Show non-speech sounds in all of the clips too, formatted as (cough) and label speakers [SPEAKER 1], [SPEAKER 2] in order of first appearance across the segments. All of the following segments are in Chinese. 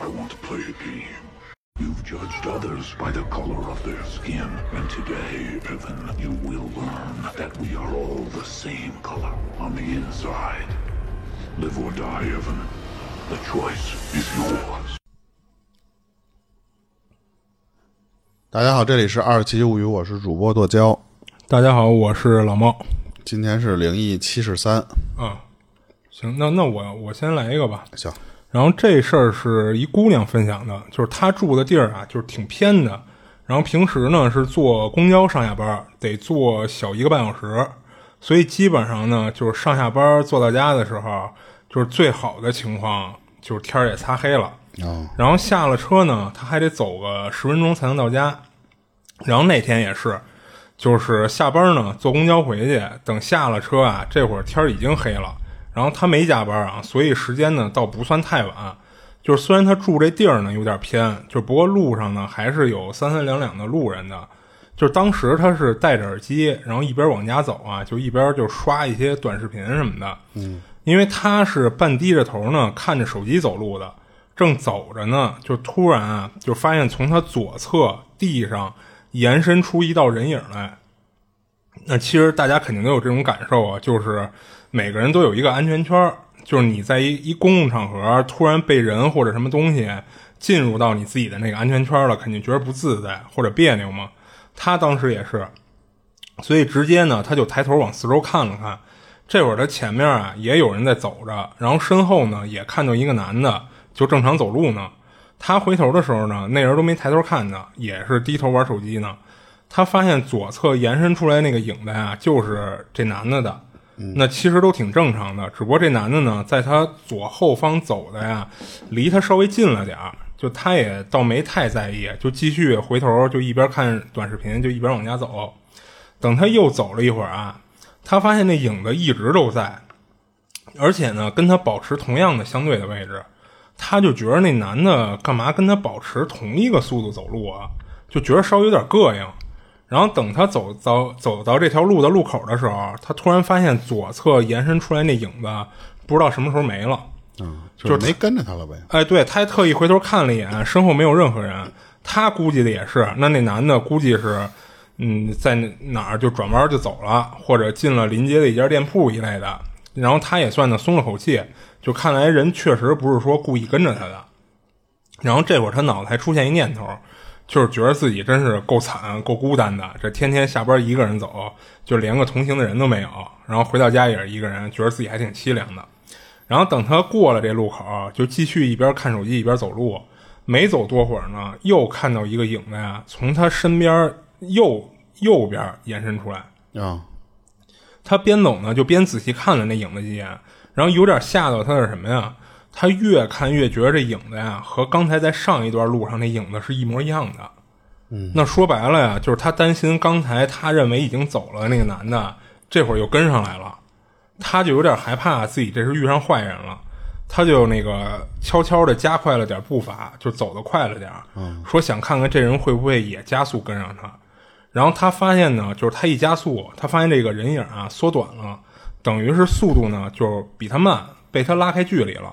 [SPEAKER 1] don't play a game. You've judged others by the color of their skin, and today, Evan, you will learn that we are all the same color on the inside. Live or die, Evan. The choice is yours.
[SPEAKER 2] 大家好，这里是二七物语，我是主播剁椒，
[SPEAKER 3] 大家好，我是老猫。
[SPEAKER 2] 今天是灵异七十三，
[SPEAKER 3] 嗯，行，那那我我先来一个吧。
[SPEAKER 2] 行，
[SPEAKER 3] 然后这事儿是一姑娘分享的，就是她住的地儿啊，就是挺偏的。然后平时呢是坐公交上下班儿，得坐小一个半小时，所以基本上呢就是上下班儿坐到家的时候，就是最好的情况就是天儿也擦黑了。
[SPEAKER 2] 哦
[SPEAKER 3] 然后下了车呢，她还得走个十分钟才能到家。然后那天也是，就是下班呢坐公交回去，等下了车啊，这会儿天儿已经黑了。然后他没加班啊，所以时间呢倒不算太晚。就是虽然他住这地儿呢有点偏，就不过路上呢还是有三三两两的路人的。就是当时他是戴着耳机，然后一边往家走啊，就一边就刷一些短视频什么的。嗯，因为他是半低着头呢看着手机走路的，正走着呢，就突然啊就发现从他左侧地上延伸出一道人影来。那其实大家肯定都有这种感受啊，就是每个人都有一个安全圈儿，就是你在一一公共场合突然被人或者什么东西进入到你自己的那个安全圈儿了，肯定觉得不自在或者别扭嘛。他当时也是，所以直接呢，他就抬头往四周看了看。这会儿他前面啊也有人在走着，然后身后呢也看到一个男的，就正常走路呢。他回头的时候呢，那人都没抬头看呢，也是低头玩手机呢。他发现左侧延伸出来那个影子啊，就是这男的的。那其实都挺正常的，只不过这男的呢，在他左后方走的呀，离他稍微近了点儿，就他也倒没太在意，就继续回头就一边看短视频，就一边往家走。等他又走了一会儿啊，他发现那影子一直都在，而且呢，跟他保持同样的相对的位置，他就觉得那男的干嘛跟他保持同一个速度走路啊？就觉得稍微有点膈应。然后等他走到走到这条路的路口的时候，他突然发现左侧延伸出来那影子，不知道什么时候没了。
[SPEAKER 2] 嗯，就是没跟着他了呗。
[SPEAKER 3] 哎，对，他还特意回头看了一眼，身后没有任何人。他估计的也是，那那男的估计是，嗯，在哪儿就转弯就走了，或者进了临街的一家店铺一类的。然后他也算呢松了口气，就看来人确实不是说故意跟着他的。然后这会儿他脑子还出现一念头，就是觉得自己真是够惨、够孤单的，这天天下班一个人走，就连个同行的人都没有。然后回到家也是一个人，觉得自己还挺凄凉的。然后等他过了这路口，就继续一边看手机一边走路。没走多会儿呢，又看到一个影子呀，从他身边右右边延伸出来。
[SPEAKER 2] 啊、
[SPEAKER 3] 他边走呢，就边仔细看了那影子一眼，然后有点吓到他的是什么呀？他越看越觉得这影子呀，和刚才在上一段路上那影子是一模一样的。嗯，那说白了呀，就是他担心刚才他认为已经走了那个男的，这会儿又跟上来了，他就有点害怕自己这是遇上坏人了。他就那个悄悄的加快了点步伐，就走得快了点儿，说想看看这人会不会也加速跟上他。然后他发现呢，就是他一加速，他发现这个人影啊缩短了，等于是速度呢就是比他慢，被他拉开距离了。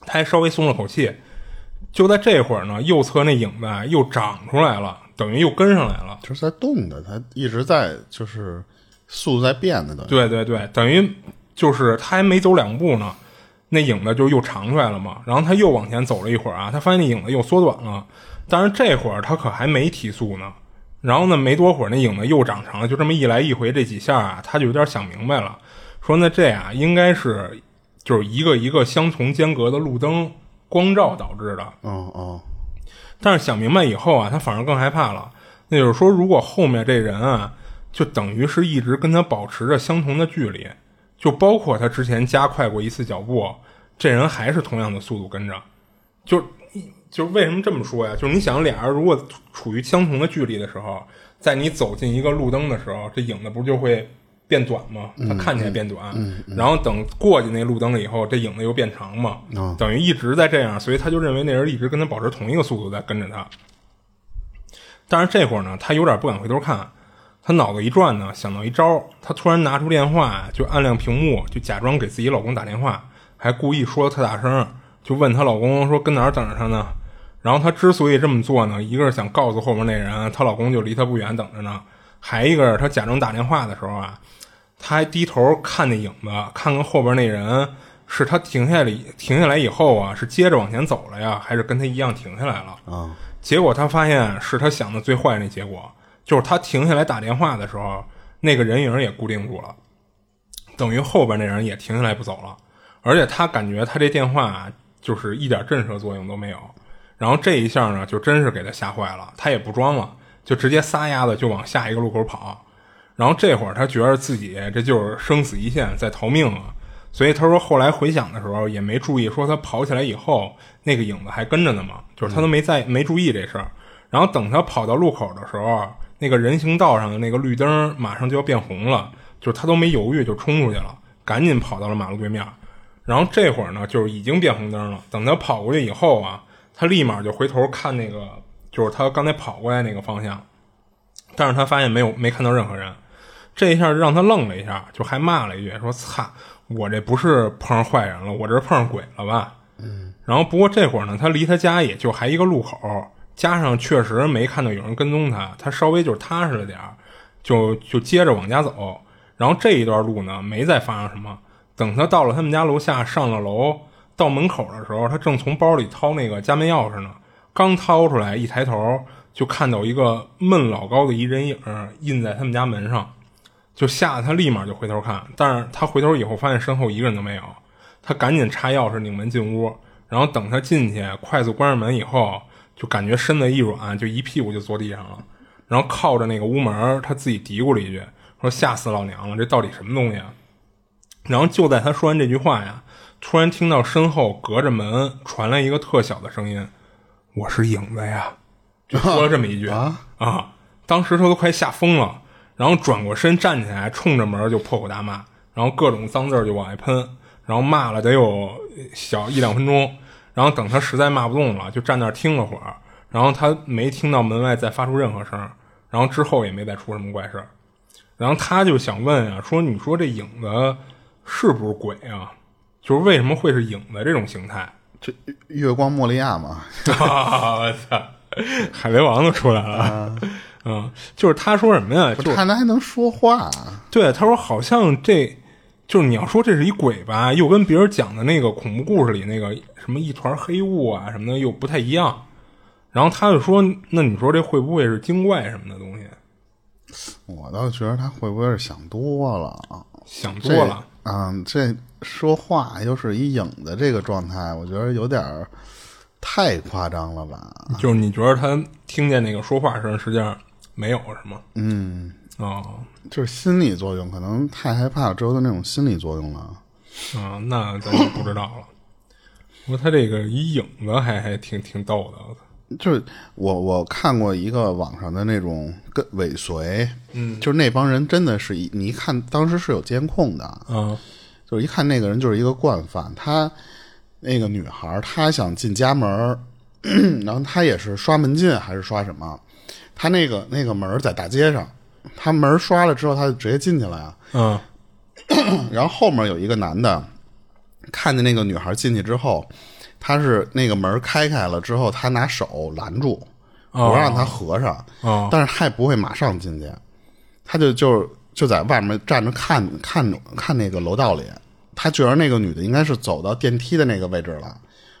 [SPEAKER 3] 他还稍微松了口气。就在这会儿呢，右侧那影子啊又长出来了，等于又跟上来了。
[SPEAKER 2] 就是在动的，他一直在就是速度在变的，等于
[SPEAKER 3] 对对对，等于就是他还没走两步呢，那影子就又长出来了嘛。然后他又往前走了一会儿啊，他发现那影子又缩短了，但是这会儿他可还没提速呢。然后呢，没多会儿那影子又长长了，就这么一来一回这几下啊，他就有点想明白了，说那这啊应该是就是一个一个相同间隔的路灯光照导致的。
[SPEAKER 2] 哦哦，
[SPEAKER 3] 但是想明白以后啊，他反而更害怕了。那就是说，如果后面这人啊，就等于是一直跟他保持着相同的距离，就包括他之前加快过一次脚步，这人还是同样的速度跟着。就就为什么这么说呀？就是你想，俩人如果处于相同的距离的时候，在你走进一个路灯的时候，这影子不就会变短吗？它看起来变短，然后等过去那路灯了以后，这影子又变长嘛，
[SPEAKER 2] 哦
[SPEAKER 3] 等于一直在这样，所以他就认为那人一直跟他保持同一个速度在跟着他。但是这会儿呢，他有点不敢回头看，他脑子一转呢，想到一招儿，他突然拿出电话，就按亮屏幕，就假装给自己老公打电话，还故意说的特大声，就问她老公说跟哪儿等着她呢？然后她之所以这么做呢，一个是想告诉后面那人，她老公就离她不远等着呢；还一个是她假装打电话的时候啊，她还低头看那影子，看看后边那人是她停下来停下来以后啊，是接着往前走了呀，还是跟她一样停下来了？
[SPEAKER 2] 啊，
[SPEAKER 3] 结果她发现是她想的最坏那结果，就是她停下来打电话的时候，那个人影也固定住了，等于后边那人也停下来不走了。而且她感觉她这电话就是一点震慑作用都没有。然后这一下呢，就真是给她吓坏了，她也不装了，就直接撒丫子就往下一个路口跑。然后这会儿她觉得自己这就是生死一线，在逃命啊。所以她说后来回想的时候也没注意，说她跑起来以后那个影子还跟着呢嘛，就是她都没在、没注意这事儿。然后等她跑到路口的时候，那个人行道上的那个绿灯马上就要变红了，就是她都没犹豫就冲出去了，赶紧跑到了马路对面。然后这会儿呢，就是已经变红灯了。等她跑过去以后啊，她立马就回头看那个，就是她刚才跑过来那个方向，但是他发现没有没看到任何人，这一下让他愣了一下，就还骂了一句说：“擦，我这不是碰上坏人了，我这是碰上鬼了吧？”嗯。然后不过这会儿呢，他离他家也就还一个路口，加上确实没看到有人跟踪他，他稍微就是踏实了点儿，就就接着往家走。然后这一段路呢，没再发生什么。等他到了他们家楼下，上了楼，到门口的时候，他正从包里掏那个家门钥匙呢，刚掏出来，一抬头就看到一个闷老高的一人影儿印在他们家门上，就吓得他立马就回头看，但是他回头以后发现身后一个人都没有，他赶紧插钥匙拧门进屋，然后等他进去，快速关上门以后，就感觉身子一软，就一屁股就坐地上了，然后靠着那个屋门儿，他自己嘀咕了一句，说吓死老娘了，这到底什么东西啊？然后就在他说完这句话呀，突然听到身后隔着门传来一个特小的声音：“我是影子呀。”就说了这么一句
[SPEAKER 2] 啊
[SPEAKER 3] 当时他都快吓疯了，然后转过身站起来，冲着门就破口大骂，然后各种脏字儿就往外喷，然后骂了得有呃小一两分钟，然后等他实在骂不动了，就站那儿听了会儿，然后他没听到门外再发出任何声儿，然后之后也没再出什么怪事儿。然后他就想问啊，说你说这影子是不是鬼啊？就是为什么会是影子这种形态？
[SPEAKER 2] 这月光莫利亚嘛，
[SPEAKER 3] (laughs) 啊我操，海贼王都出来了， (laughs) 嗯，就是他说什么呀？就是
[SPEAKER 2] 看他还能说话，
[SPEAKER 3] 对，他说好像这就是你要说这是一鬼吧，又跟别人讲的那个恐怖故事里那个什么一团黑雾啊什么的又不太一样。然后他就说，那你说这会不会是精怪什么的东西？
[SPEAKER 2] 我倒觉得他会不会是想多了？
[SPEAKER 3] 想
[SPEAKER 2] 这
[SPEAKER 3] 多了，
[SPEAKER 2] 嗯，这说话又是一影的这个状态，我觉得有点儿太夸张了吧？
[SPEAKER 3] 就是你觉得他听见那个说话声，实际上没有是吗？
[SPEAKER 2] 嗯，
[SPEAKER 3] 哦，
[SPEAKER 2] 就是心理作用，可能太害怕之后的那种心理作用了。
[SPEAKER 3] 啊，那咱就不知道了。不过他这个一影子还还挺挺逗的，我操
[SPEAKER 2] 就是我我看过一个网上的那种跟尾随，嗯，就是那帮人真的是一你一看当时是有监控的，
[SPEAKER 3] 啊
[SPEAKER 2] 就是一看那个人就是一个惯犯，他那个女孩儿她想进家门儿， (clears throat) 然后她也是刷门禁还是刷什么，她那个那个门儿在大街上，她门儿刷了之后，她就直接进去了呀。
[SPEAKER 3] 啊
[SPEAKER 2] 然后后面有一个男的看见那个女孩进去之后，他是那个门开开了之后，他拿手拦住，
[SPEAKER 3] 啊
[SPEAKER 2] 不让她合上，
[SPEAKER 3] 哦
[SPEAKER 2] 但是他也不会马上进去，他就就就在外面站着看看看那个楼道里，他觉得那个女的应该是走到电梯的那个位置了，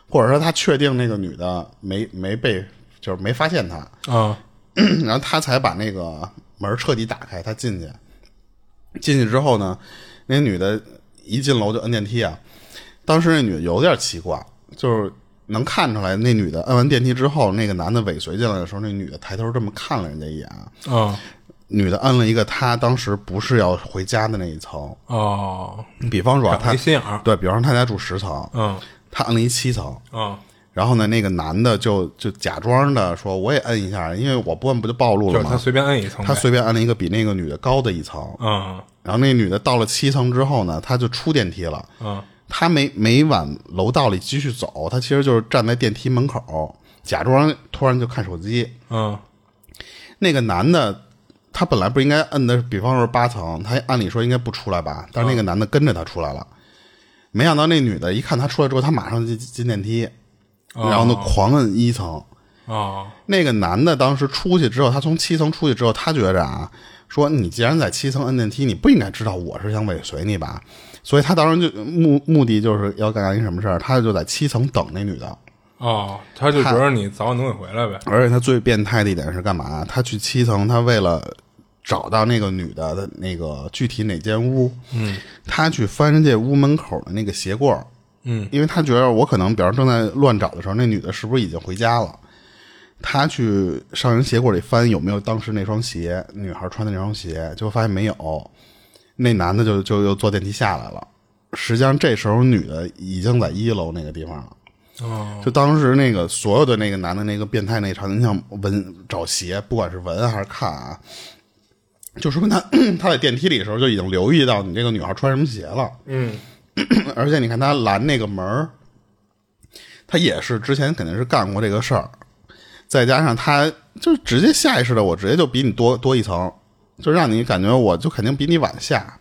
[SPEAKER 2] 或者说他确定那个女的没没被就是没发现他，
[SPEAKER 3] 啊
[SPEAKER 2] (clears throat) 然后他才把那个门彻底打开，他进去。进去之后呢，那女的一进楼就摁电梯啊。当时那女的有点奇怪，就是能看出来，那女的摁完电梯之后，那个男的尾随进来的时候，那女的抬头这么看了人家一眼啊。
[SPEAKER 3] 啊
[SPEAKER 2] 女的摁了一个她当时不是要回家的那一层，
[SPEAKER 3] 哦，
[SPEAKER 2] 比方说啊
[SPEAKER 3] 长
[SPEAKER 2] 她
[SPEAKER 3] 一心眼儿，
[SPEAKER 2] 对，比方说她家住十层，
[SPEAKER 3] 嗯
[SPEAKER 2] 她摁了一七层，
[SPEAKER 3] 啊，
[SPEAKER 2] 然后呢，那个男的就就假装的说我也摁一下，因为我不摁不就暴露
[SPEAKER 3] 就
[SPEAKER 2] 了
[SPEAKER 3] 是他
[SPEAKER 2] 吗？
[SPEAKER 3] 随便摁一层呗，
[SPEAKER 2] 他随便按了一个比那个女的高的一层，
[SPEAKER 3] 嗯
[SPEAKER 2] 然后那女的到了七层之后呢，她就出电梯了。
[SPEAKER 3] 嗯
[SPEAKER 2] 她没没往楼道里继续走，她其实就是站在电梯门口，假装突然就看手机。
[SPEAKER 3] 嗯
[SPEAKER 2] 那个男的，他本来不应该摁的，比方说八层，他按理说应该不出来吧，但是那个男的跟着他出来了。没想到那女的一看他出来之后，她马上就进进电梯，然后呢狂摁一层。
[SPEAKER 3] 啊
[SPEAKER 2] 那个男的当时出去之后，他从七层出去之后，他觉着啊，说你既然在七层摁电梯，你不应该知道我是想尾随你吧？所以他当时就目目的就是要干一什么事儿，他就在七层等那女的。
[SPEAKER 3] 啊，他就觉得你早晚能得回来呗。
[SPEAKER 2] 而且他最变态的一点是干嘛？他去七层，他为了找到那个女的的那个具体哪间屋，嗯，他去翻人家屋门口的那个鞋柜，
[SPEAKER 3] 嗯，
[SPEAKER 2] 因为他觉得我可能，比方正在乱找的时候，那女的是不是已经回家了？他去上人鞋柜里翻有没有当时那双鞋，女孩穿的那双鞋，结果发现没有，那男的就就又坐电梯下来了。实际上这时候女的已经在一楼那个地方了。
[SPEAKER 3] 哦，
[SPEAKER 2] 就当时那个所有的那个男的那个变态那场景，你想闻找鞋，不管是闻还是看啊，就说明他 (clears throat) 他在电梯里的时候就已经留意到你这个女孩穿什么鞋了，
[SPEAKER 3] 嗯，
[SPEAKER 2] (clears throat) 而且你看他拦那个门儿，他也是之前肯定是干过这个事儿，再加上他就直接下意识的，我直接就比你多多一层，就让你感觉我就肯定比你晚下，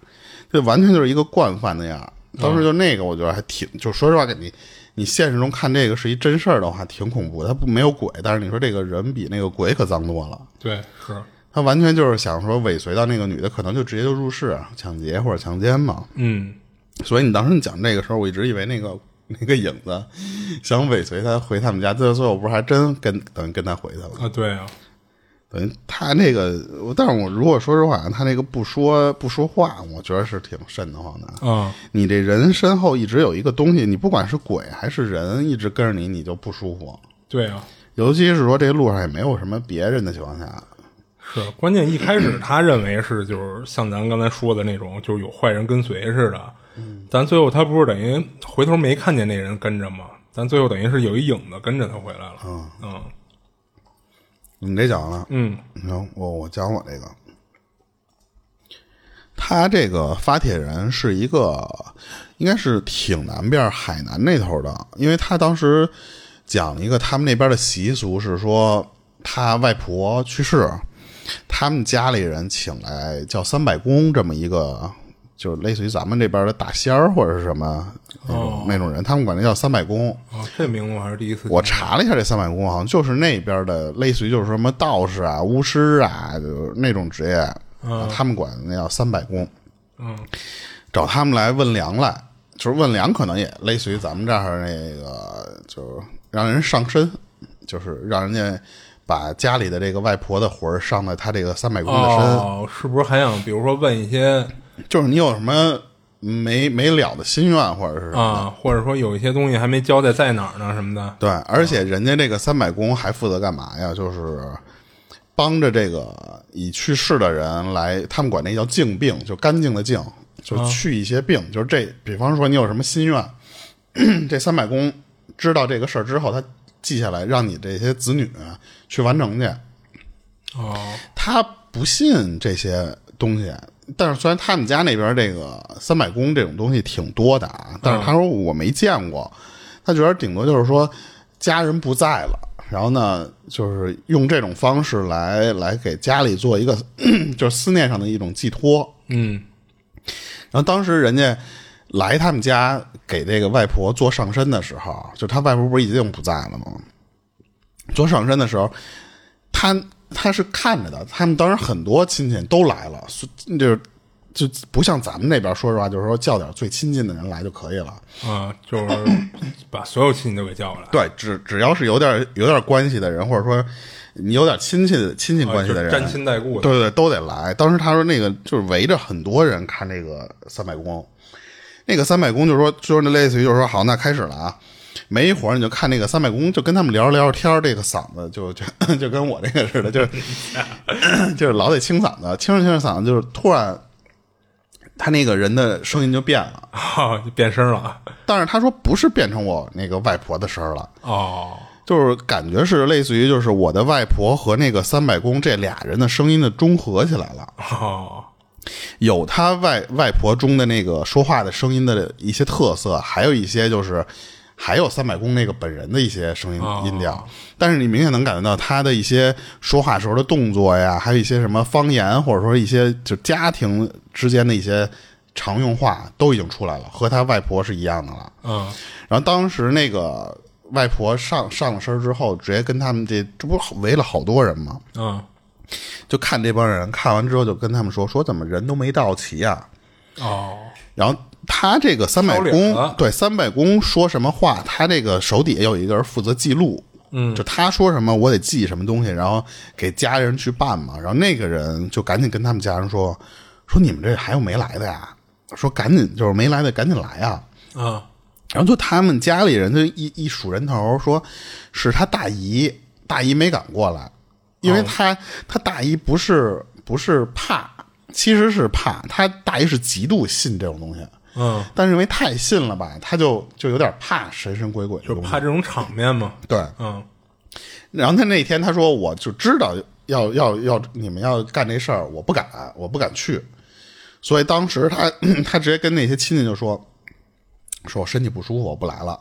[SPEAKER 2] 这完全就是一个惯犯那样。当时就那个，我觉得还挺，就说实话，给你，你现实中看这个是一真事儿的话，挺恐怖的。他不没有鬼，但是你说这个人比那个鬼可脏多了。
[SPEAKER 3] 对，是，
[SPEAKER 2] 他完全就是想说尾随到那个女的，可能就直接就入室啊抢劫或者强奸嘛。
[SPEAKER 3] 嗯，
[SPEAKER 2] 所以你当时你讲这个时候，我一直以为那个 (laughs) 那个影子想尾随他回他们家，最后最后不是还真跟等于跟他回去了。
[SPEAKER 3] 啊，对啊，
[SPEAKER 2] 等于他那个，我但是我如果说实话，他那个不说不说话，我觉得是挺瘆得慌的。
[SPEAKER 3] 啊，
[SPEAKER 2] 你这人身后一直有一个东西，你不管是鬼还是人，一直跟着你，你就不舒服。
[SPEAKER 3] 对啊，
[SPEAKER 2] 尤其是说这路上也没有什么别人的情况下，
[SPEAKER 3] 是，关键一开始他认为是就是像咱刚才说的那种，就是有坏人跟随似的，
[SPEAKER 2] 嗯
[SPEAKER 3] 但最后他不是等于回头没看见那人跟着吗？但最后等于是有一影子跟着他回来了，嗯
[SPEAKER 2] 你这讲完了，
[SPEAKER 3] 嗯
[SPEAKER 2] 行，我我讲我这个。他这个发帖人是一个，应该是挺南边儿海南那头的，因为他当时讲了一个他们那边的习俗是说，他外婆去世，他们家里人请来叫三百公这么一个，就是类似于咱们这边的大仙儿或者是什么那种、那种人，他们管那叫三百公。
[SPEAKER 3] 哦，这名字我还是第一次听，
[SPEAKER 2] 我查了一下，这三百公好像就是那边的，类似于就是什么道士啊、巫师啊，就是那种职业，啊他们管那叫三百公。
[SPEAKER 3] 嗯，
[SPEAKER 2] 找他们来问粮来，就是问粮，可能也类似于咱们这儿那个，就是让人上身，就是让人家把家里的这个外婆的魂儿上到他这个三百公的身，
[SPEAKER 3] 哦，是不是还想比如说问一些
[SPEAKER 2] 就是你有什么没没了的心愿或者是什么的
[SPEAKER 3] 啊，或者说有一些东西还没交代在哪儿呢什么的，
[SPEAKER 2] 对，而且人家这个三百公还负责干嘛呀？就是帮着这个已去世的人来，他们管那叫净病，就干净的净，就去一些病。就是这，比方说你有什么心愿， (clears throat) 这三百公知道这个事儿之后，他记下来，让你这些子女啊去完成去。
[SPEAKER 3] 哦，
[SPEAKER 2] 他不信这些东西，但是虽然他们家那边这个三百公这种东西挺多的啊，但是他说我没见过，他觉得顶多就是说家人不在了，然后呢，就是用这种方式来来给家里做一个 (clears throat) 就是思念上的一种寄托。
[SPEAKER 3] 嗯
[SPEAKER 2] 然后当时人家来他们家给这个外婆做上身的时候，就他外婆不是已经不在了吗？做上身的时候，他他是看着的，他们当时很多亲戚都来了，所就是就不像咱们那边，说实话，就是说叫点最亲近的人来就可以了。
[SPEAKER 3] 啊，就是 (coughs) 把所有亲戚都给叫过来，
[SPEAKER 2] 对，只只要是有点有点关系的人，或者说你有点亲戚的亲戚
[SPEAKER 3] 啊
[SPEAKER 2] 关系的
[SPEAKER 3] 就是
[SPEAKER 2] 人，
[SPEAKER 3] 沾亲带故的，
[SPEAKER 2] 对对，都得来。当时他说那个就是围着很多人看这个三百公，那个三百公就说就是那类似于就是说好，那开始了啊。没一会儿你就看那个三百公就跟他们聊着聊着天儿，这个嗓子就就就跟我这个似的，就是 (coughs) 就是老得清嗓子，清着清着嗓子就是突然他那个人的声音就变了，
[SPEAKER 3] 哈， (laughs) 就变声了啊，
[SPEAKER 2] 但是他说不是变成我那个外婆的声儿了。
[SPEAKER 3] 哦，
[SPEAKER 2] 就是感觉是类似于就是我的外婆和那个三百公这俩人的声音的中和起来了，
[SPEAKER 3] 哦。
[SPEAKER 2] 有他外外婆中的那个说话的声音的一些特色，还有一些就是还有三百公那个本人的一些声音
[SPEAKER 3] 哦
[SPEAKER 2] 音调，但是你明显能感觉到他的一些说话时候的动作呀，还有一些什么方言，或者说一些就家庭之间的一些常用话都已经出来了，和他外婆是一样的了。
[SPEAKER 3] 嗯
[SPEAKER 2] 然后当时那个外婆上上了身之后，直接跟他们这这不围了好多人吗？
[SPEAKER 3] 嗯
[SPEAKER 2] 就看这帮人，看完之后就跟他们说说怎么人都没到齐啊？
[SPEAKER 3] 哦
[SPEAKER 2] 然后他这个三百
[SPEAKER 3] 超脸
[SPEAKER 2] 公
[SPEAKER 3] 了
[SPEAKER 2] 对三百公说什么话，他这个手底下有一个人负责记录，嗯，就他说什么我得记什么东西，然后给家人去办嘛。然后那个人就赶紧跟他们家人说说你们这还有没来的呀？说赶紧就是没来的赶紧来啊！
[SPEAKER 3] 嗯
[SPEAKER 2] 然后就他们家里人就一一数人头，说是他大姨，大姨没敢过来，因为
[SPEAKER 3] 哦
[SPEAKER 2] 他、他大姨不是不是怕，其实是怕，他大姨是极度信这种东西，
[SPEAKER 3] 嗯，
[SPEAKER 2] 但是因为太信了吧，他就就有点怕神神鬼鬼的
[SPEAKER 3] 就
[SPEAKER 2] 东西，
[SPEAKER 3] 怕这种场面嘛。
[SPEAKER 2] 对。
[SPEAKER 3] 嗯
[SPEAKER 2] 然后他那天他说，我就知道要要要你们要干这事儿，我不敢，我不敢去。所以当时他 (clears throat) 他直接跟那些亲戚就说，说我身体不舒服，我不来了。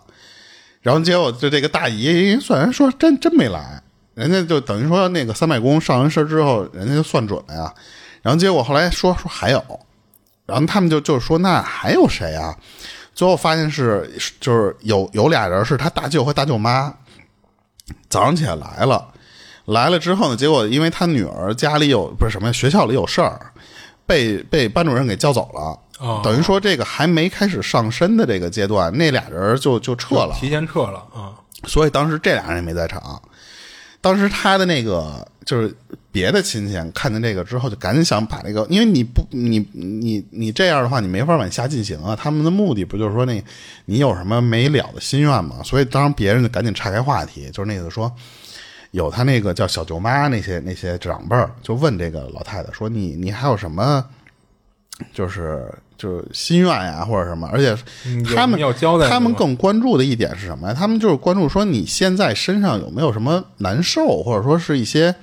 [SPEAKER 2] 然后结果就这个大姨算然说真真没来，人家就等于说那个三百公上完身之后，人家就算准了呀。然后结果后来说说还有，然后他们就就说那还有谁啊？最后发现是就是有有俩人是他大舅和大舅妈，早上起来来了，来了之后呢，结果因为他女儿家里有不是什么呀学校里有事儿，被被班主任给叫走了。
[SPEAKER 3] 哦
[SPEAKER 2] 等于说这个还没开始上身的这个阶段，那俩人就就撤了，
[SPEAKER 3] 提前撤了啊。
[SPEAKER 2] 所以当时这俩人也没在场。当时他的那个就是别的亲戚看见这个之后，就赶紧想把这个，因为你不你你你这样的话，你没法往下进行啊。他们的目的不就是说那，你有什么没了的心愿吗？所以当时别人就赶紧岔开话题，就是那个说，有他那个叫小舅妈那些那些长辈儿就问这个老太太说你你还有什么，就是就是心愿呀、或者什么，而且
[SPEAKER 3] 嗯有
[SPEAKER 2] 他们
[SPEAKER 3] 什么要交代的
[SPEAKER 2] 他们
[SPEAKER 3] 吗
[SPEAKER 2] 更关注的一点是什么呀？他们就是关注说你现在身上有没有什么难受，或者说是一些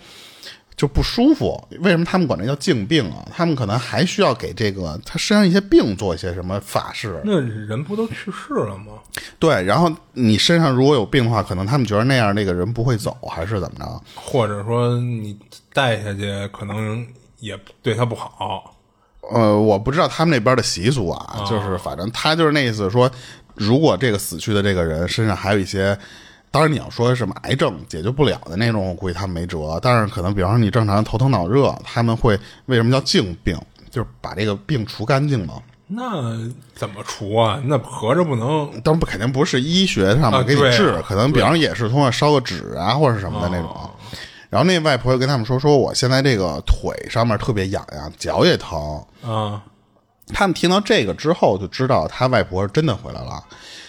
[SPEAKER 2] 就不舒服。为什么他们管这叫静病啊？他们可能还需要给这个他身上一些病做一些什么法事。
[SPEAKER 3] 那人不都去世了吗？
[SPEAKER 2] 对，然后你身上如果有病的话，可能他们觉得那样那个人不会走，还是怎么着？
[SPEAKER 3] 或者说你带下去，可能也对他不好。
[SPEAKER 2] 呃，我不知道他们那边的习俗啊，就是反正他就是那意思说，如果这个死去的这个人身上还有一些，当然你要说什么癌症解决不了的那种，我估计他们没辙。但是可能比方说你正常头疼脑热，他们会为什么叫净病，就是把这个病除干净嘛。
[SPEAKER 3] 那怎么除啊？那合着不能
[SPEAKER 2] 当然不肯定不是医学上
[SPEAKER 3] 啊
[SPEAKER 2] 面给你
[SPEAKER 3] 对啊哦
[SPEAKER 2] 治，可能比方说也是通过烧个纸啊或者什么的那种。然后那外婆就跟他们说，说我现在这个腿上面特别痒痒，脚也疼，
[SPEAKER 3] 啊？
[SPEAKER 2] 他们听到这个之后，就知道他外婆是真的回来了，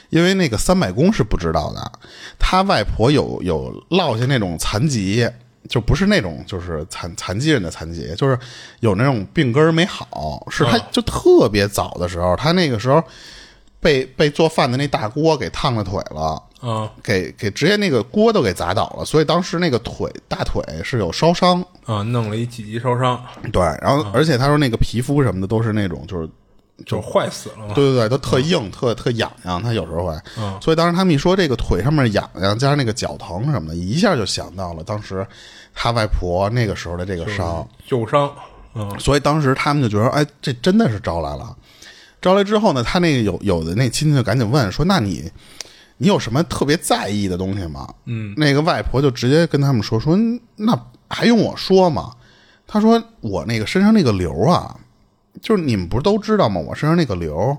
[SPEAKER 2] 因为那个三百公是不知道的，他外婆有有落下那种残疾，就不是那种就是残残疾人的残疾，就是有那种病根儿没好，是他就特别早的时候，他那个时候被被做饭的那大锅给烫了腿了。
[SPEAKER 3] 啊
[SPEAKER 2] 给给直接那个锅都给砸倒了，所以当时那个腿大腿是有烧伤，
[SPEAKER 3] 啊！弄了一几级烧伤，
[SPEAKER 2] 对，然后而且他说那个皮肤什么的都是那种就是
[SPEAKER 3] 就坏死了嘛。
[SPEAKER 2] 对对对，都特硬，特特痒痒，他有时候会。所以当时他们一说这个腿上面痒痒，加上那个脚疼什么的，一下就想到了当时他外婆那个时候的这个伤。
[SPEAKER 3] 旧伤，嗯
[SPEAKER 2] 所以当时他们就觉得，哎，这真的是招来了。招来之后呢，他那个有有的那亲戚就赶紧问说：“那你你有什么特别在意的东西吗？”嗯，那个外婆就直接跟他们说：“说那还用我说吗？”他说：“我那个身上那个瘤啊，就是你们不是都知道吗？我身上那个瘤，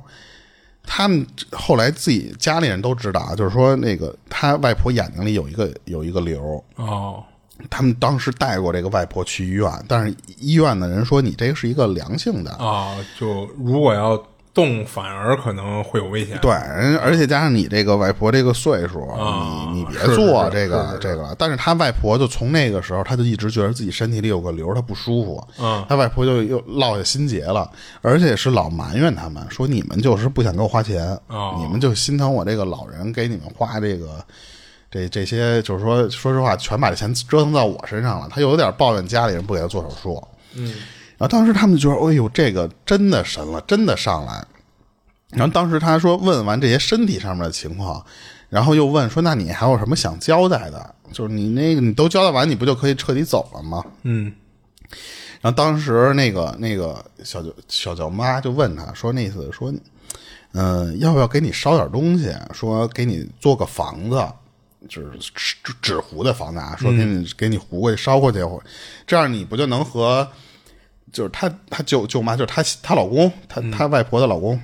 [SPEAKER 2] 他们后来自己家里人都知道啊，就是说那个他外婆眼睛里有一个有一个瘤，
[SPEAKER 3] 哦
[SPEAKER 2] 他们当时带过这个外婆去医院，但是医院的人说你这个是一个良性的，
[SPEAKER 3] 啊，就如果要动，反而可能会有危险。
[SPEAKER 2] 对，人而且加上你这个外婆这个岁数，
[SPEAKER 3] 啊
[SPEAKER 2] 你你别
[SPEAKER 3] 是
[SPEAKER 2] 做
[SPEAKER 3] 是
[SPEAKER 2] 这个
[SPEAKER 3] 是是
[SPEAKER 2] 这个了。但是他外婆就从那个时候，他就一直觉得自己身体里有个瘤，他不舒服。
[SPEAKER 3] 嗯
[SPEAKER 2] 他外婆就又落下心结了，而且是老埋怨他们说你们就是不想给我花钱，
[SPEAKER 3] 哦
[SPEAKER 2] 你们就心疼我这个老人给你们花这个。这这些就是说，说实话，全把这钱折腾到我身上了。他又有点抱怨家里人不给他做手术，
[SPEAKER 3] 嗯
[SPEAKER 2] 然后当时他们就觉得，哎呦，这个真的神了，真的上来。然后当时他说问完这些身体上面的情况，然后又问说，那你还有什么想交代的？就是你那个你都交代完，你不就可以彻底走了吗？
[SPEAKER 3] 嗯
[SPEAKER 2] 然后当时那个那个小舅小舅妈就问他说，那意思说，嗯、要不要给你烧点东西？说给你做个房子，就是纸纸纸糊的房子啊，说给你、给你糊过去烧过去，这样你不就能和就是她她舅舅妈就是她她老公，她她外婆的老公。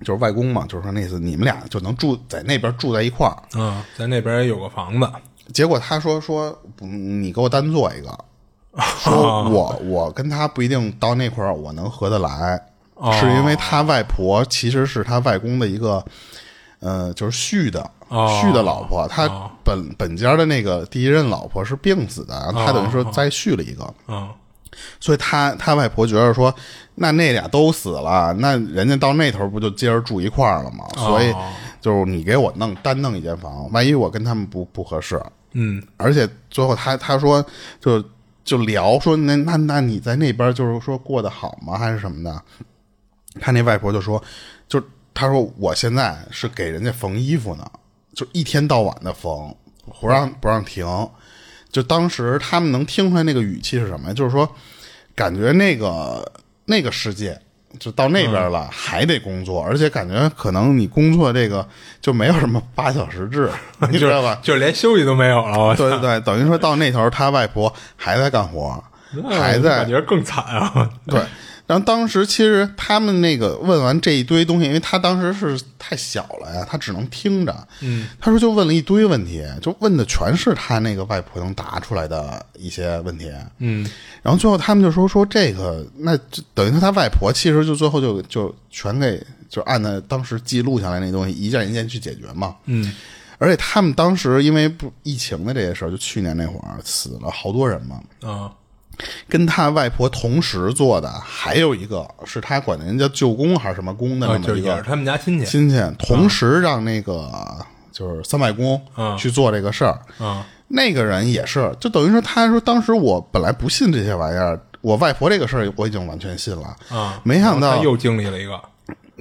[SPEAKER 2] 就是外公嘛，就是说那次你们俩就能住在那边住在一块儿，
[SPEAKER 3] 嗯，在那边也有个房子，
[SPEAKER 2] 结果他说说不你给我单做一个，说我我跟他不一定到那块儿我能合得来，是因为他外婆其实是他外公的一个，呃，就是婿的
[SPEAKER 3] 哦
[SPEAKER 2] 婿的老婆，他本本家的那个第一任老婆是病死的，然后他等于说再续了一个，
[SPEAKER 3] 嗯，
[SPEAKER 2] 所以他他外婆觉得说，那那俩都死了，那人家到那头不就接着住一块儿了吗？所以就是你给我弄单弄一间房，万一我跟他们不不合适，
[SPEAKER 3] 嗯，
[SPEAKER 2] 而且最后他他说就就聊说那那那你在那边就是说过得好吗还是什么的？他那外婆就说，就他说我现在是给人家缝衣服呢，就一天到晚的缝，不让不让停。就当时他们能听出来那个语气是什么呀？就是说，感觉那个那个世界就到那边了，还得工作，而且感觉可能你工作这个就没有什么八小时制，你知道吧？
[SPEAKER 3] 就是连休息都没有了，我
[SPEAKER 2] 对
[SPEAKER 3] 操
[SPEAKER 2] 对对，等于说到那头，他外婆还在干活，还
[SPEAKER 3] 感
[SPEAKER 2] 在
[SPEAKER 3] 觉更惨啊，
[SPEAKER 2] 对。然后当时其实他们那个问完这一堆东西，因为他当时是太小了呀，他只能听着。嗯，他说就问了一堆问题，就问的全是他那个外婆能答出来的一些问题。嗯，然后最后他们就说说这个，那就等于说他外婆其实就最后就就全给就按照当时记录下来那东西一件一件去解决嘛。嗯，而且他们当时因为不疫情的这些事儿，就去年那会儿死了好多人嘛，
[SPEAKER 3] (laughs) 嗯，
[SPEAKER 2] 跟他外婆同时做的还有一个是他管人家舅公还是什么公的
[SPEAKER 3] 啊
[SPEAKER 2] 那
[SPEAKER 3] 就
[SPEAKER 2] 么
[SPEAKER 3] 是
[SPEAKER 2] 一
[SPEAKER 3] 也
[SPEAKER 2] 个
[SPEAKER 3] 是他们家亲戚，
[SPEAKER 2] 亲戚，同时让那个就是三外公去做这个事儿。
[SPEAKER 3] 嗯，
[SPEAKER 2] 那个人也是，就等于说，他说当时我本来不信这些玩意儿，我外婆这个事儿我已经完全信了。
[SPEAKER 3] 啊，
[SPEAKER 2] 没想
[SPEAKER 3] 然后
[SPEAKER 2] 到
[SPEAKER 3] 他又经历了一个，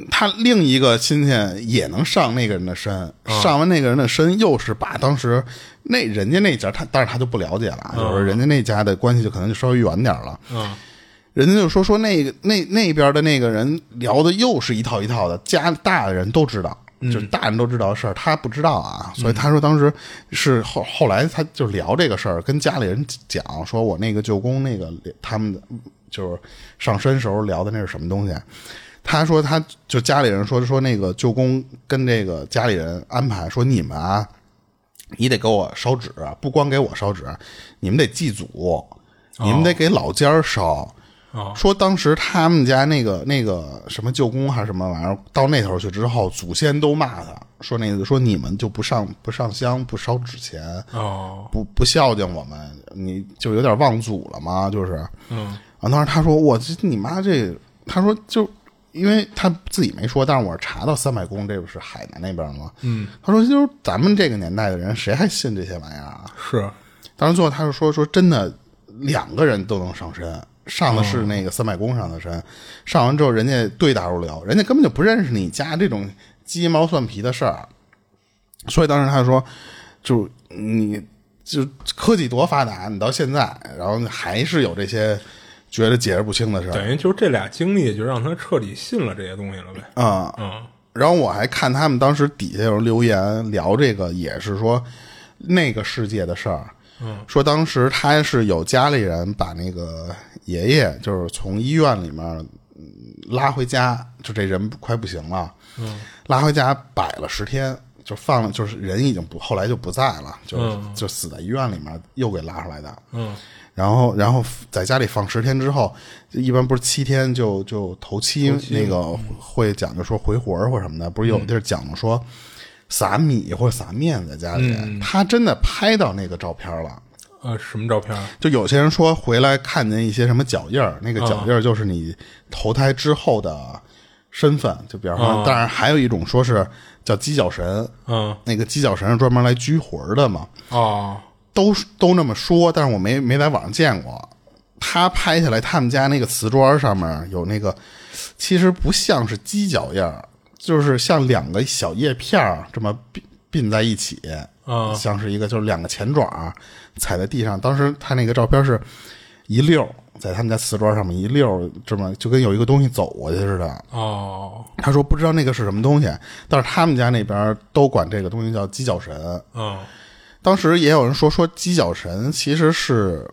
[SPEAKER 2] 他另一个亲戚也能上那个人的身，
[SPEAKER 3] 嗯
[SPEAKER 2] 上完那个人的身，又是把当时那人家那家他，但是他就不了解了，就是人家那家的关系就可能就稍微远点儿了。
[SPEAKER 3] 嗯，
[SPEAKER 2] 人家就说说那个那那边的那个人聊的又是一套一套的，家大的人都知道，就是大人都知道的事儿，他不知道啊。所以他说当时是后后来他就聊这个事儿，跟家里人讲，说我那个舅公那个他们的就是上身时候聊的那是什么东西。他说他就家里人说说那个舅公跟这个家里人安排说你们啊，你得给我烧纸，不光给我烧纸，你们得祭祖，你们得给老家儿烧。
[SPEAKER 3] 哦
[SPEAKER 2] 说当时他们家那个那个什么舅公还是什么玩意儿，到那头去之后，祖先都骂他，说那个说你们就不上不上香不烧纸钱，
[SPEAKER 3] 哦，
[SPEAKER 2] 不不孝敬我们，你就有点忘祖了嘛，就是，嗯，啊，当时他说我这你妈这，他说就因为他自己没说，但是我查到三百公这个是海南那边嘛，嗯，他说就是咱们这个年代的人谁还信这些玩意儿啊？
[SPEAKER 3] 是，
[SPEAKER 2] 当时最后他就说说真的，两个人都能上身，上的是那个三百公上的身，上完之后人家对答如流，人家根本就不认识你家这种鸡毛蒜皮的事儿，所以当时他说，就你就科技多发达，你到现在，然后还是有这些觉得解释不清的事儿
[SPEAKER 3] 等于就是这俩经历就让他彻底信了这些东西了呗，
[SPEAKER 2] 啊、
[SPEAKER 3] 嗯，
[SPEAKER 2] 然后我还看他们当时底下有留言聊这个，也是说那个世界的事儿。嗯，说当时他是有家里人把那个爷爷就是从医院里面嗯拉回家，就这人快不行了，嗯，拉回家摆了十天，就放了，就是人已经不后来就不在了，就、就死在医院里面又给拉出来的，嗯，然后然后在家里放十天之后，一般不是七天就就头七嗯那个会讲究说回魂儿或什么的，不是有地儿讲究说撒米或撒面在家里，他真的拍到那个照片了。
[SPEAKER 3] 呃，什么照片？
[SPEAKER 2] 就有些人说回来看见一些什么脚印儿，那个脚印儿就是你投胎之后的身份，就比方说，当然还有一种说是叫鸡脚神，
[SPEAKER 3] 嗯，
[SPEAKER 2] 那个鸡脚神是专门来拘魂儿的嘛，
[SPEAKER 3] 哦，
[SPEAKER 2] 都都那么说，但是我没没在网上见过。他拍下来，他们家那个瓷砖上面有那个，其实不像是鸡脚印儿，就是像两个小叶片儿这么并并在一起，
[SPEAKER 3] 嗯
[SPEAKER 2] 像是一个就是两个前爪儿踩在地上。当时他那个照片是一溜儿在他们家瓷砖上面一溜儿这么就跟有一个东西走过去似的。
[SPEAKER 3] 哦，
[SPEAKER 2] 他说不知道那个是什么东西，但是他们家那边都管这个东西叫鸡脚神。
[SPEAKER 3] 嗯，
[SPEAKER 2] 当时也有人说，说鸡脚神其实是，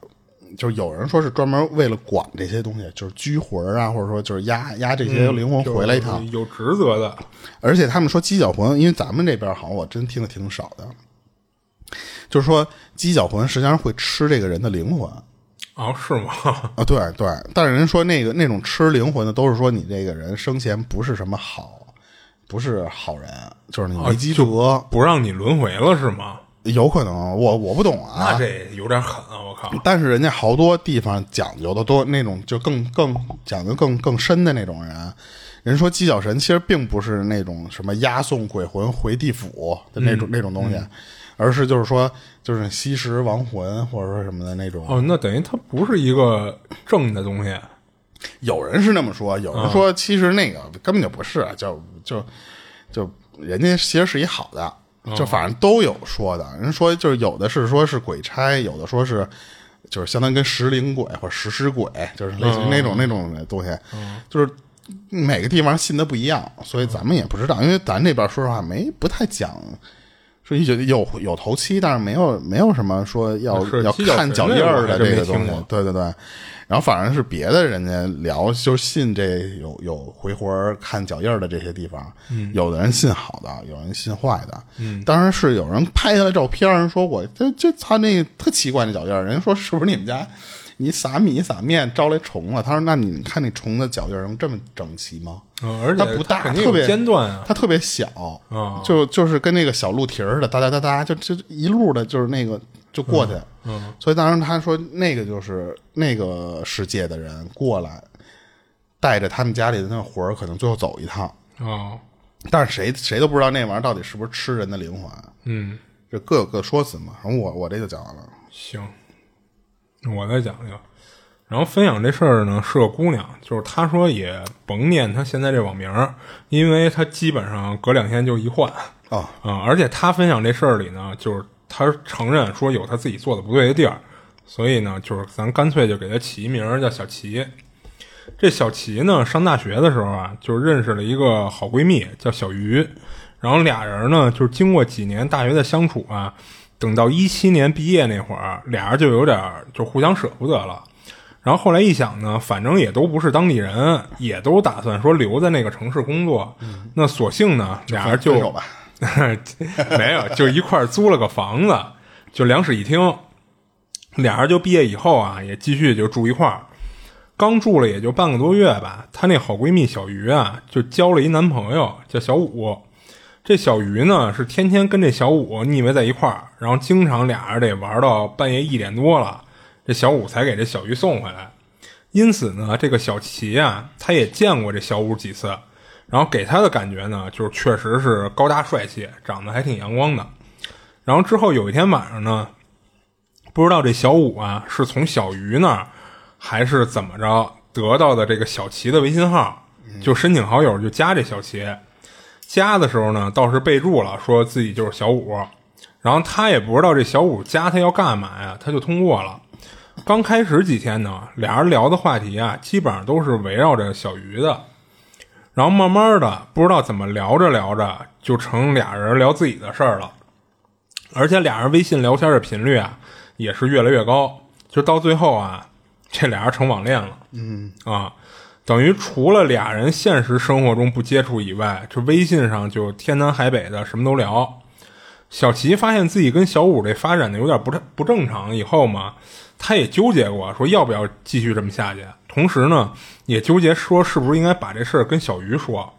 [SPEAKER 2] 就是有人说是专门为了管这些东西，就是拘魂啊，或者说就是压压这些灵魂回来一趟。
[SPEAKER 3] 嗯有有职责的，
[SPEAKER 2] 而且他们说鸡脚魂，因为咱们这边好像我真听的挺少的，就是说鸡脚魂实际上会吃这个人的灵魂。
[SPEAKER 3] 哦，是吗？ (laughs)
[SPEAKER 2] 啊，对对，但是人说那个那种吃灵魂的，都是说你这个人生前不是什么好，不是好人，就是你没积德，
[SPEAKER 3] 不让你轮回了是吗？
[SPEAKER 2] 有可能我我不懂
[SPEAKER 3] 那
[SPEAKER 2] 啊。
[SPEAKER 3] 这有点狠啊！我靠，
[SPEAKER 2] 但是人家好多地方讲究的都那种就更更讲究更更深的那种人，人说鸡脚神其实并不是那种什么押送鬼魂回地府的那种、那种东西，而是就是说就是吸食亡魂或者说什么的那种。
[SPEAKER 3] 哦，那等于它不是一个正的东西。
[SPEAKER 2] 有人是那么说，有
[SPEAKER 3] 啊
[SPEAKER 2] 人说其实那个根本就不是，就就就人家其实是一好的，
[SPEAKER 3] 哦
[SPEAKER 2] 就反正都有说的。人说就是有的是说是鬼差，有的说是就是相当于跟食灵鬼或者食尸鬼，就是类似于那
[SPEAKER 3] 嗯
[SPEAKER 2] 种、那种东西，就是每个地方信的不一样，所以咱们也不知道，因为咱这边说实话没不太讲。说有有有头七，但是没有没有什么说要
[SPEAKER 3] 啊是
[SPEAKER 2] 要
[SPEAKER 3] 鸡脚
[SPEAKER 2] 看
[SPEAKER 3] 神
[SPEAKER 2] 脚
[SPEAKER 3] 那
[SPEAKER 2] 印
[SPEAKER 3] 个我
[SPEAKER 2] 儿的
[SPEAKER 3] 还真
[SPEAKER 2] 这
[SPEAKER 3] 没
[SPEAKER 2] 个东
[SPEAKER 3] 听
[SPEAKER 2] 西
[SPEAKER 3] 过，
[SPEAKER 2] 对对对，然后反而是别的人家聊，就信这有有回魂儿看脚印儿的这些地方，有的人信好的，有人信坏的，嗯，当然是有人拍下来照片儿，人说我这这他那特奇怪那脚印儿，人家说是不是你们家你撒米撒面招来虫了？他说那你看那虫的脚印儿能这么整齐吗？
[SPEAKER 3] 嗯，而
[SPEAKER 2] 它
[SPEAKER 3] 且
[SPEAKER 2] 不大，
[SPEAKER 3] 肯定
[SPEAKER 2] 特别
[SPEAKER 3] 有间断啊。
[SPEAKER 2] 它特别小，
[SPEAKER 3] 啊
[SPEAKER 2] 就就是跟那个小鹿蹄儿似的，哒哒哒哒，就就一路的，就是那个就过去。嗯，所以当时他说那个就是那个世界的人过来，带着他们家里的那魂儿，可能最后走一趟，
[SPEAKER 3] 哦，
[SPEAKER 2] 但是谁谁都不知道那玩意儿到底是不是吃人的灵魂，
[SPEAKER 3] 嗯，
[SPEAKER 2] 这各有各说辞嘛。然后我我这就讲完了。
[SPEAKER 3] 行，我再讲一个。然后分享这事儿呢，是个姑娘，就是她说也甭念她现在这网名儿，因为她基本上隔两天就一换。
[SPEAKER 2] 哦，
[SPEAKER 3] 嗯，而且她分享这事儿里呢，就是她承认说有她自己做的不对的地儿，所以呢，就是咱干脆就给她起一名儿叫小齐。这小齐呢，上大学的时候啊，就认识了一个好闺蜜，叫小鱼。然后俩人呢，就是经过几年大学的相处啊，等到一七年毕业那会儿，俩人就有点儿就互相舍不得了。然后后来一想呢，反正也都不是当地人，也都打算说留在那个城市工作，那索性呢，俩人
[SPEAKER 2] 嗯
[SPEAKER 3] 就
[SPEAKER 2] 分手吧
[SPEAKER 3] (laughs) 没有，就一块儿租了个房子，就两室一厅。俩人就毕业以后啊，也继续就住一块儿。刚住了也就半个多月吧，她那好闺蜜小鱼啊，就交了一男朋友，叫小五。这小鱼呢，是天天跟这小五腻歪在一块儿，然后经常俩人得玩到半夜一点多了，这小五才给这小鱼送回来。因此呢，这个小齐啊，他也见过这小五几次，然后给他的感觉呢，就是确实是高大帅气，长得还挺阳光的。然后之后有一天晚上呢，不知道这小五啊是从小鱼那儿还是怎么着得到的这个小齐的微信号，就申请好友就加这小齐。加的时候呢，倒是备注了说自己就是小五，然后他也不知道这小五加他要干嘛呀，他就通过了。刚开始几天呢，俩人聊的话题啊，基本上都是围绕着小鱼的。然后慢慢的，不知道怎么聊着聊着，就成俩人聊自己的事儿了。而且俩人微信聊天的频率啊，也是越来越高，就到最后啊，这俩人成网恋了。嗯啊，等于除了俩人现实生活中不接触以外，这微信上就天南海北的什么都聊。小齐发现自己跟小五这发展的有点不太不正常，以后嘛，他也纠结过，说要不要继续这么下去。同时呢，也纠结说是不是应该把这事儿跟小鱼说。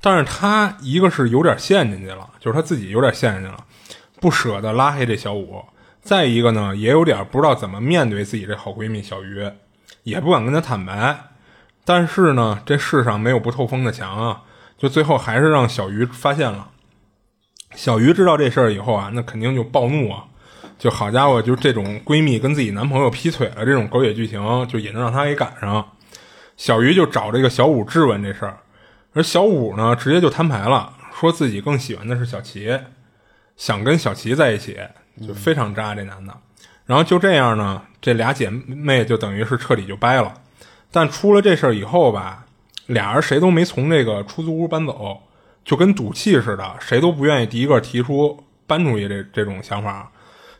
[SPEAKER 3] 但是他一个是有点陷进去了，就是他自己有点陷进去了，不舍得拉黑这小五；再一个呢，也有点不知道怎么面对自己这好闺蜜小鱼，也不敢跟她坦白。但是呢，这世上没有不透风的墙啊，就最后还是让小鱼发现了。小鱼知道这事儿以后啊，那肯定就暴怒啊！就好家伙，就这种闺蜜跟自己男朋友劈腿了这种狗血剧情，就也能让她给赶上。小鱼就找这个小五质问这事儿，而小五呢，直接就摊牌了，说自己更喜欢的是小齐，想跟小齐在一起，就非常渣这男的。然后就这样呢，这俩姐妹就等于是彻底就掰了。但出了这事儿以后吧，俩人谁都没从这个出租屋搬走，就跟赌气似的，谁都不愿意第一个提出搬出去这这种想法，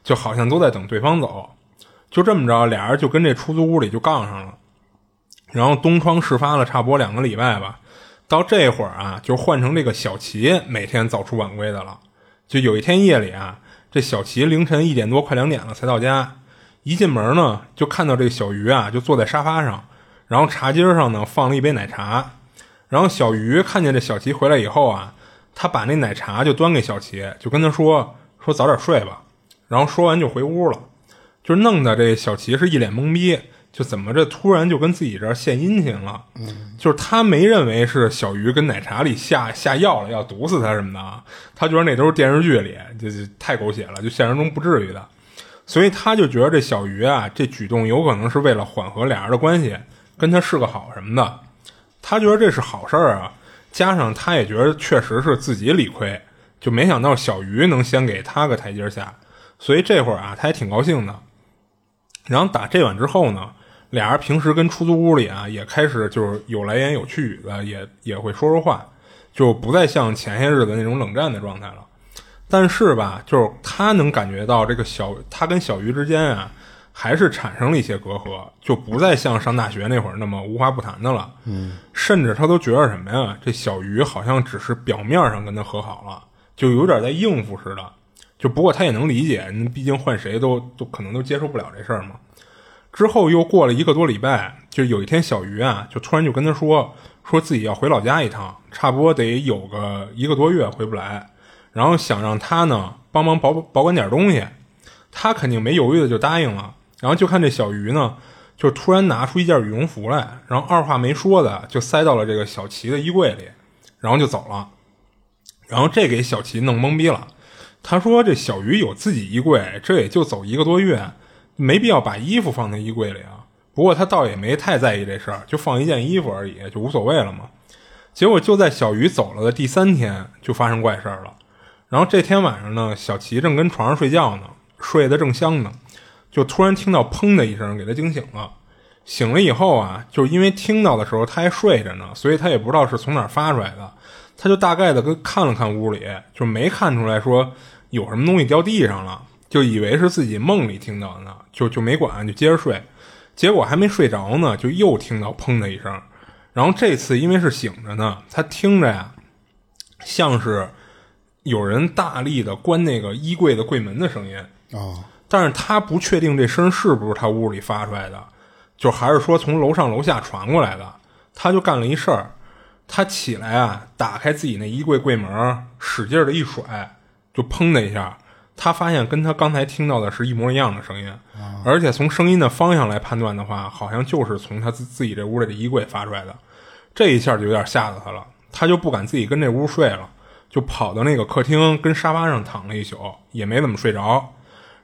[SPEAKER 3] 就好像都在等对方走。就这么着，俩人就跟这出租屋里就杠上了。然后东窗事发了，差不多两个礼拜吧。到这会儿啊，就换成这个小齐每天早出晚归的了。就有一天夜里啊，这小齐凌晨一点多快两点了才到家，一进门呢，就看到这个小鱼啊，就坐在沙发上，然后茶几上呢放了一杯奶茶。然后小鱼看见这小齐回来以后啊，他把那奶茶就端给小齐，就跟他说说早点睡吧。然后说完就回屋了，就弄得这小齐是一脸懵逼。就怎么这突然就跟自己这儿献殷勤了？就是他没认为是小鱼跟奶茶里下下药了，要毒死他什么的啊，他觉得那都是电视剧里，这这太狗血了，就现实中不至于的。所以他就觉得这小鱼啊，这举动有可能是为了缓和俩人的关系，跟他是个好什么的。他觉得这是好事儿啊，加上他也觉得确实是自己理亏，就没想到小鱼能先给他个台阶下，所以这会儿啊，他也挺高兴的。然后打这晚之后呢，俩人平时跟出租屋里啊也开始就是有来言有去语的，也也会说说话，就不再像前些日子那种冷战的状态了。但是吧，就是他能感觉到这个小他跟小鱼之间啊，还是产生了一些隔阂，就不再像上大学那会儿那么无话不谈的了。嗯，甚至他都觉得什么呀，这小鱼好像只是表面上跟他和好了，就有点在应付似的。就不过他也能理解，你毕竟换谁都都可能都接受不了这事儿嘛。之后又过了一个多礼拜，就有一天小鱼啊，就突然就跟他说，说自己要回老家一趟，差不多得有个一个多月回不来，然后想让他呢帮忙保保管点东西，他肯定没犹豫的就答应了。然后就看这小鱼呢，就突然拿出一件羽绒服来，然后二话没说的就塞到了这个小齐的衣柜里，然后就走了。然后这给小齐弄懵逼了。他说：“这小鱼有自己衣柜，这也就走一个多月，没必要把衣服放在衣柜里啊。不过他倒也没太在意这事儿，就放一件衣服而已，就无所谓了嘛。”结果就在小鱼走了的第三天，就发生怪事儿了。然后这天晚上呢，小齐正跟床上睡觉呢，睡得正香呢，就突然听到砰的一声，给他惊醒了。醒了以后啊，就是因为听到的时候他还睡着呢，所以他也不知道是从哪儿发出来的，他就大概的跟看了看屋里，就没看出来说有什么东西掉地上了，就以为是自己梦里听到的呢，就就没管，就接着睡。结果还没睡着呢，就又听到砰的一声，然后这次因为是醒着呢，他听着呀，像是有人大力的关那个衣柜的柜门的声音，
[SPEAKER 2] 哦，
[SPEAKER 3] 但是他不确定这声是不是他屋里发出来的，就还是说从楼上楼下传过来的。他就干了一事儿，他起来啊，打开自己那衣柜柜门，使劲的一甩，就砰的一下，他发现跟他刚才听到的是一模一样的声音，而且从声音的方向来判断的话，好像就是从他自自己这屋里的衣柜发出来的。这一下就有点吓到他了，他就不敢自己跟这屋睡了，就跑到那个客厅跟沙发上躺了一宿，也没怎么睡着。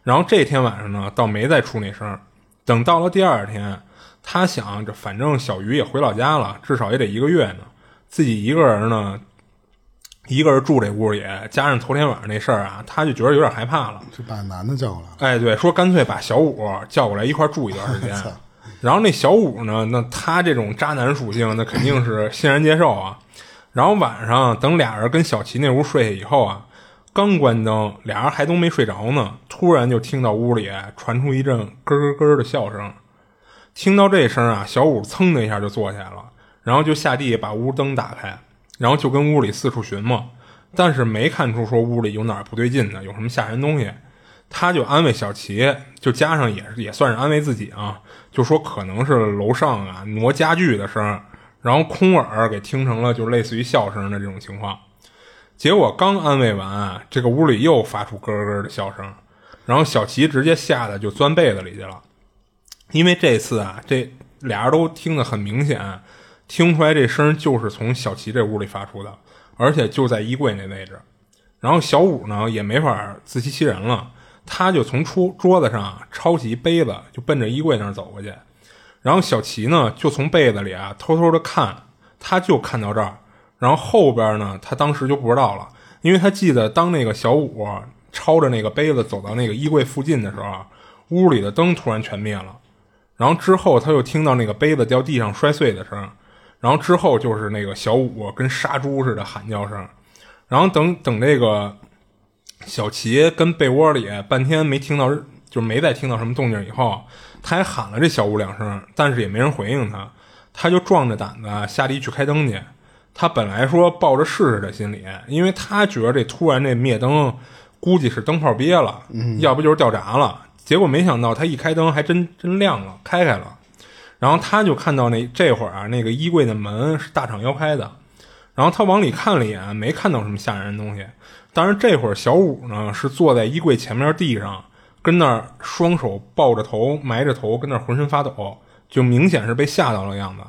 [SPEAKER 3] 然后这天晚上呢，倒没再出那声儿。等到了第二天，他想着反正小鱼也回老家了，至少也得一个月呢，自己一个人呢，一个人住这屋里，加上头天晚上那事儿啊，他就觉得有点害怕了。
[SPEAKER 2] 就把男的叫过来了，
[SPEAKER 3] 哎，对，说干脆把小五叫过来一块儿住一段时间
[SPEAKER 2] 操。
[SPEAKER 3] (laughs) 然后那小五呢，那他这种渣男属性，那肯定是欣然接受啊。然后晚上等俩人跟小齐那屋睡下以后啊，刚关灯，俩人还都没睡着呢，突然就听到屋里传出一阵咯咯咯的笑声。听到这声啊，小五噌的一下就坐起来了，然后就下地把屋灯打开，然后就跟屋里四处寻摸，但是没看出说屋里有哪儿不对劲的，有什么吓人东西。他就安慰小齐，就加上也是也算是安慰自己啊，就说可能是楼上啊挪家具的声儿，然后空耳给听成了就类似于笑声的这种情况。结果刚安慰完啊，这个屋里又发出咯咯的笑声，然后小齐直接吓得就钻被子里去了。因为这次啊，这俩人都听得很明显，啊听出来这声就是从小齐这屋里发出的，而且就在衣柜那位置。然后小五呢也没法自欺欺人了，他就从桌桌子上啊抄起一杯子，就奔着衣柜那儿走过去。然后小齐呢就从被子里啊偷偷的看，他就看到这儿。然后后边呢，他当时就不知道了，因为他记得当那个小五抄着那个杯子走到那个衣柜附近的时候啊，屋里的灯突然全灭了。然后之后他又听到那个杯子掉地上摔碎的声儿，然后之后就是那个小五跟杀猪似的喊叫声，然后等等这个小齐跟被窝里半天没听到，就没再听到什么动静以后，他还喊了这小五两声，但是也没人回应他，他就壮着胆子啊下地去开灯去。他本来说抱着试试的心理，因为他觉得这突然这灭灯，估计是灯泡憋了，要不就是掉闸了。结果没想到他一开灯还真真亮了，开开了。然后他就看到那这会儿啊，那个衣柜的门是大敞腰开的，然后他往里看了一眼，没看到什么吓人的东西。但是这会儿小五呢是坐在衣柜前面地上，跟那儿双手抱着头，埋着头，跟那儿浑身发抖，就明显是被吓到了样子。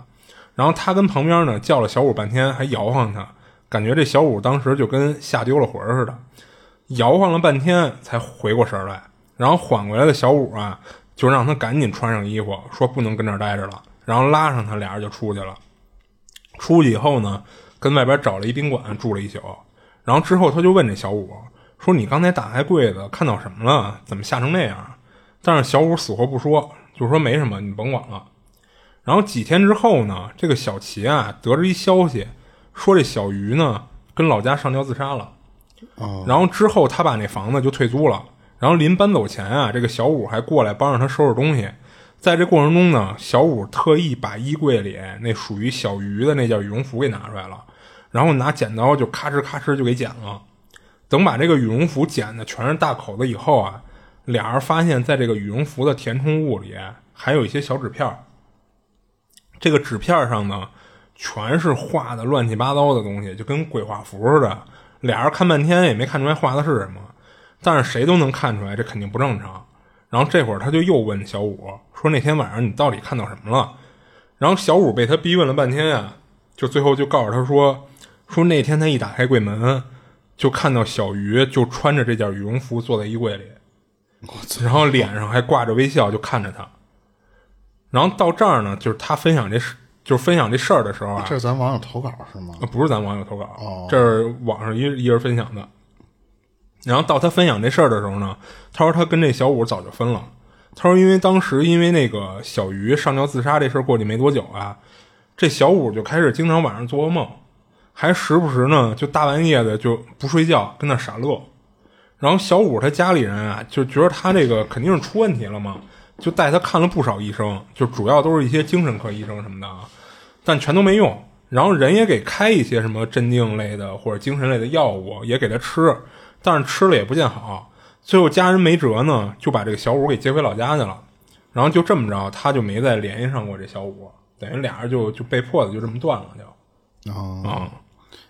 [SPEAKER 3] 然后他跟旁边呢叫了小五半天，还摇晃他，感觉这小五当时就跟吓丢了魂儿似的，摇晃了半天才回过神儿来。然后缓过来的小五啊，就让他赶紧穿上衣服，说不能跟这儿待着了，然后拉上他俩人就出去了。出去以后呢，跟外边找了一宾馆住了一宿，然后之后他就问这小五说：“你刚才打开柜子看到什么了？怎么吓成那样？”但是小五死活不说，就说没什么，你甭管了。然后几天之后呢，这个小齐啊得知一消息，说这小鱼呢跟老家上吊自杀了。然后之后他把那房子就退租了。然后临搬走前啊，这个小五还过来帮着他收拾东西。在这过程中呢，小五特意把衣柜里那属于小鱼的那件羽绒服给拿出来了，然后拿剪刀就咔哧咔哧就给剪了。等把这个羽绒服剪的全是大口子以后啊，俩人发现在这个羽绒服的填充物里啊还有一些小纸片儿。这个纸片上呢，全是画的乱七八糟的东西，就跟鬼画符似的。俩人看半天也没看出来画的是什么，但是谁都能看出来这肯定不正常。然后这会儿他就又问小五说：“那天晚上你到底看到什么了？”然后小五被他逼问了半天呀、就最后就告诉他说：“说那天他一打开柜门，就看到小鱼就穿着这件羽绒服坐在衣柜里，然后脸上还挂着微笑，就看着他。”然后到这儿呢，就是他分享这事，就是分享这事儿的时候啊，
[SPEAKER 2] 这是咱网友投稿是吗？
[SPEAKER 3] 呃不是咱网友投稿，这是网上一一人分享的。然后到他分享这事儿的时候呢，他说他跟这小五早就分了。他说因为当时因为那个小鱼上吊自杀这事儿过去没多久啊，这小五就开始经常晚上做噩梦，还时不时呢就大半夜的就不睡觉，跟那傻乐。然后小五他家里人啊，就觉得他这个肯定是出问题了嘛，就带他看了不少医生，就主要都是一些精神科医生什么的啊，但全都没用。然后人也给开一些什么镇静类的或者精神类的药物，也给他吃，但是吃了也不见好。最后家人没辙呢，就把这个小五给接回老家去了。然后就这么着，他就没再联系上过这小五，等于俩人就就被迫的就这么断了就。
[SPEAKER 2] 哦，
[SPEAKER 3] 啊、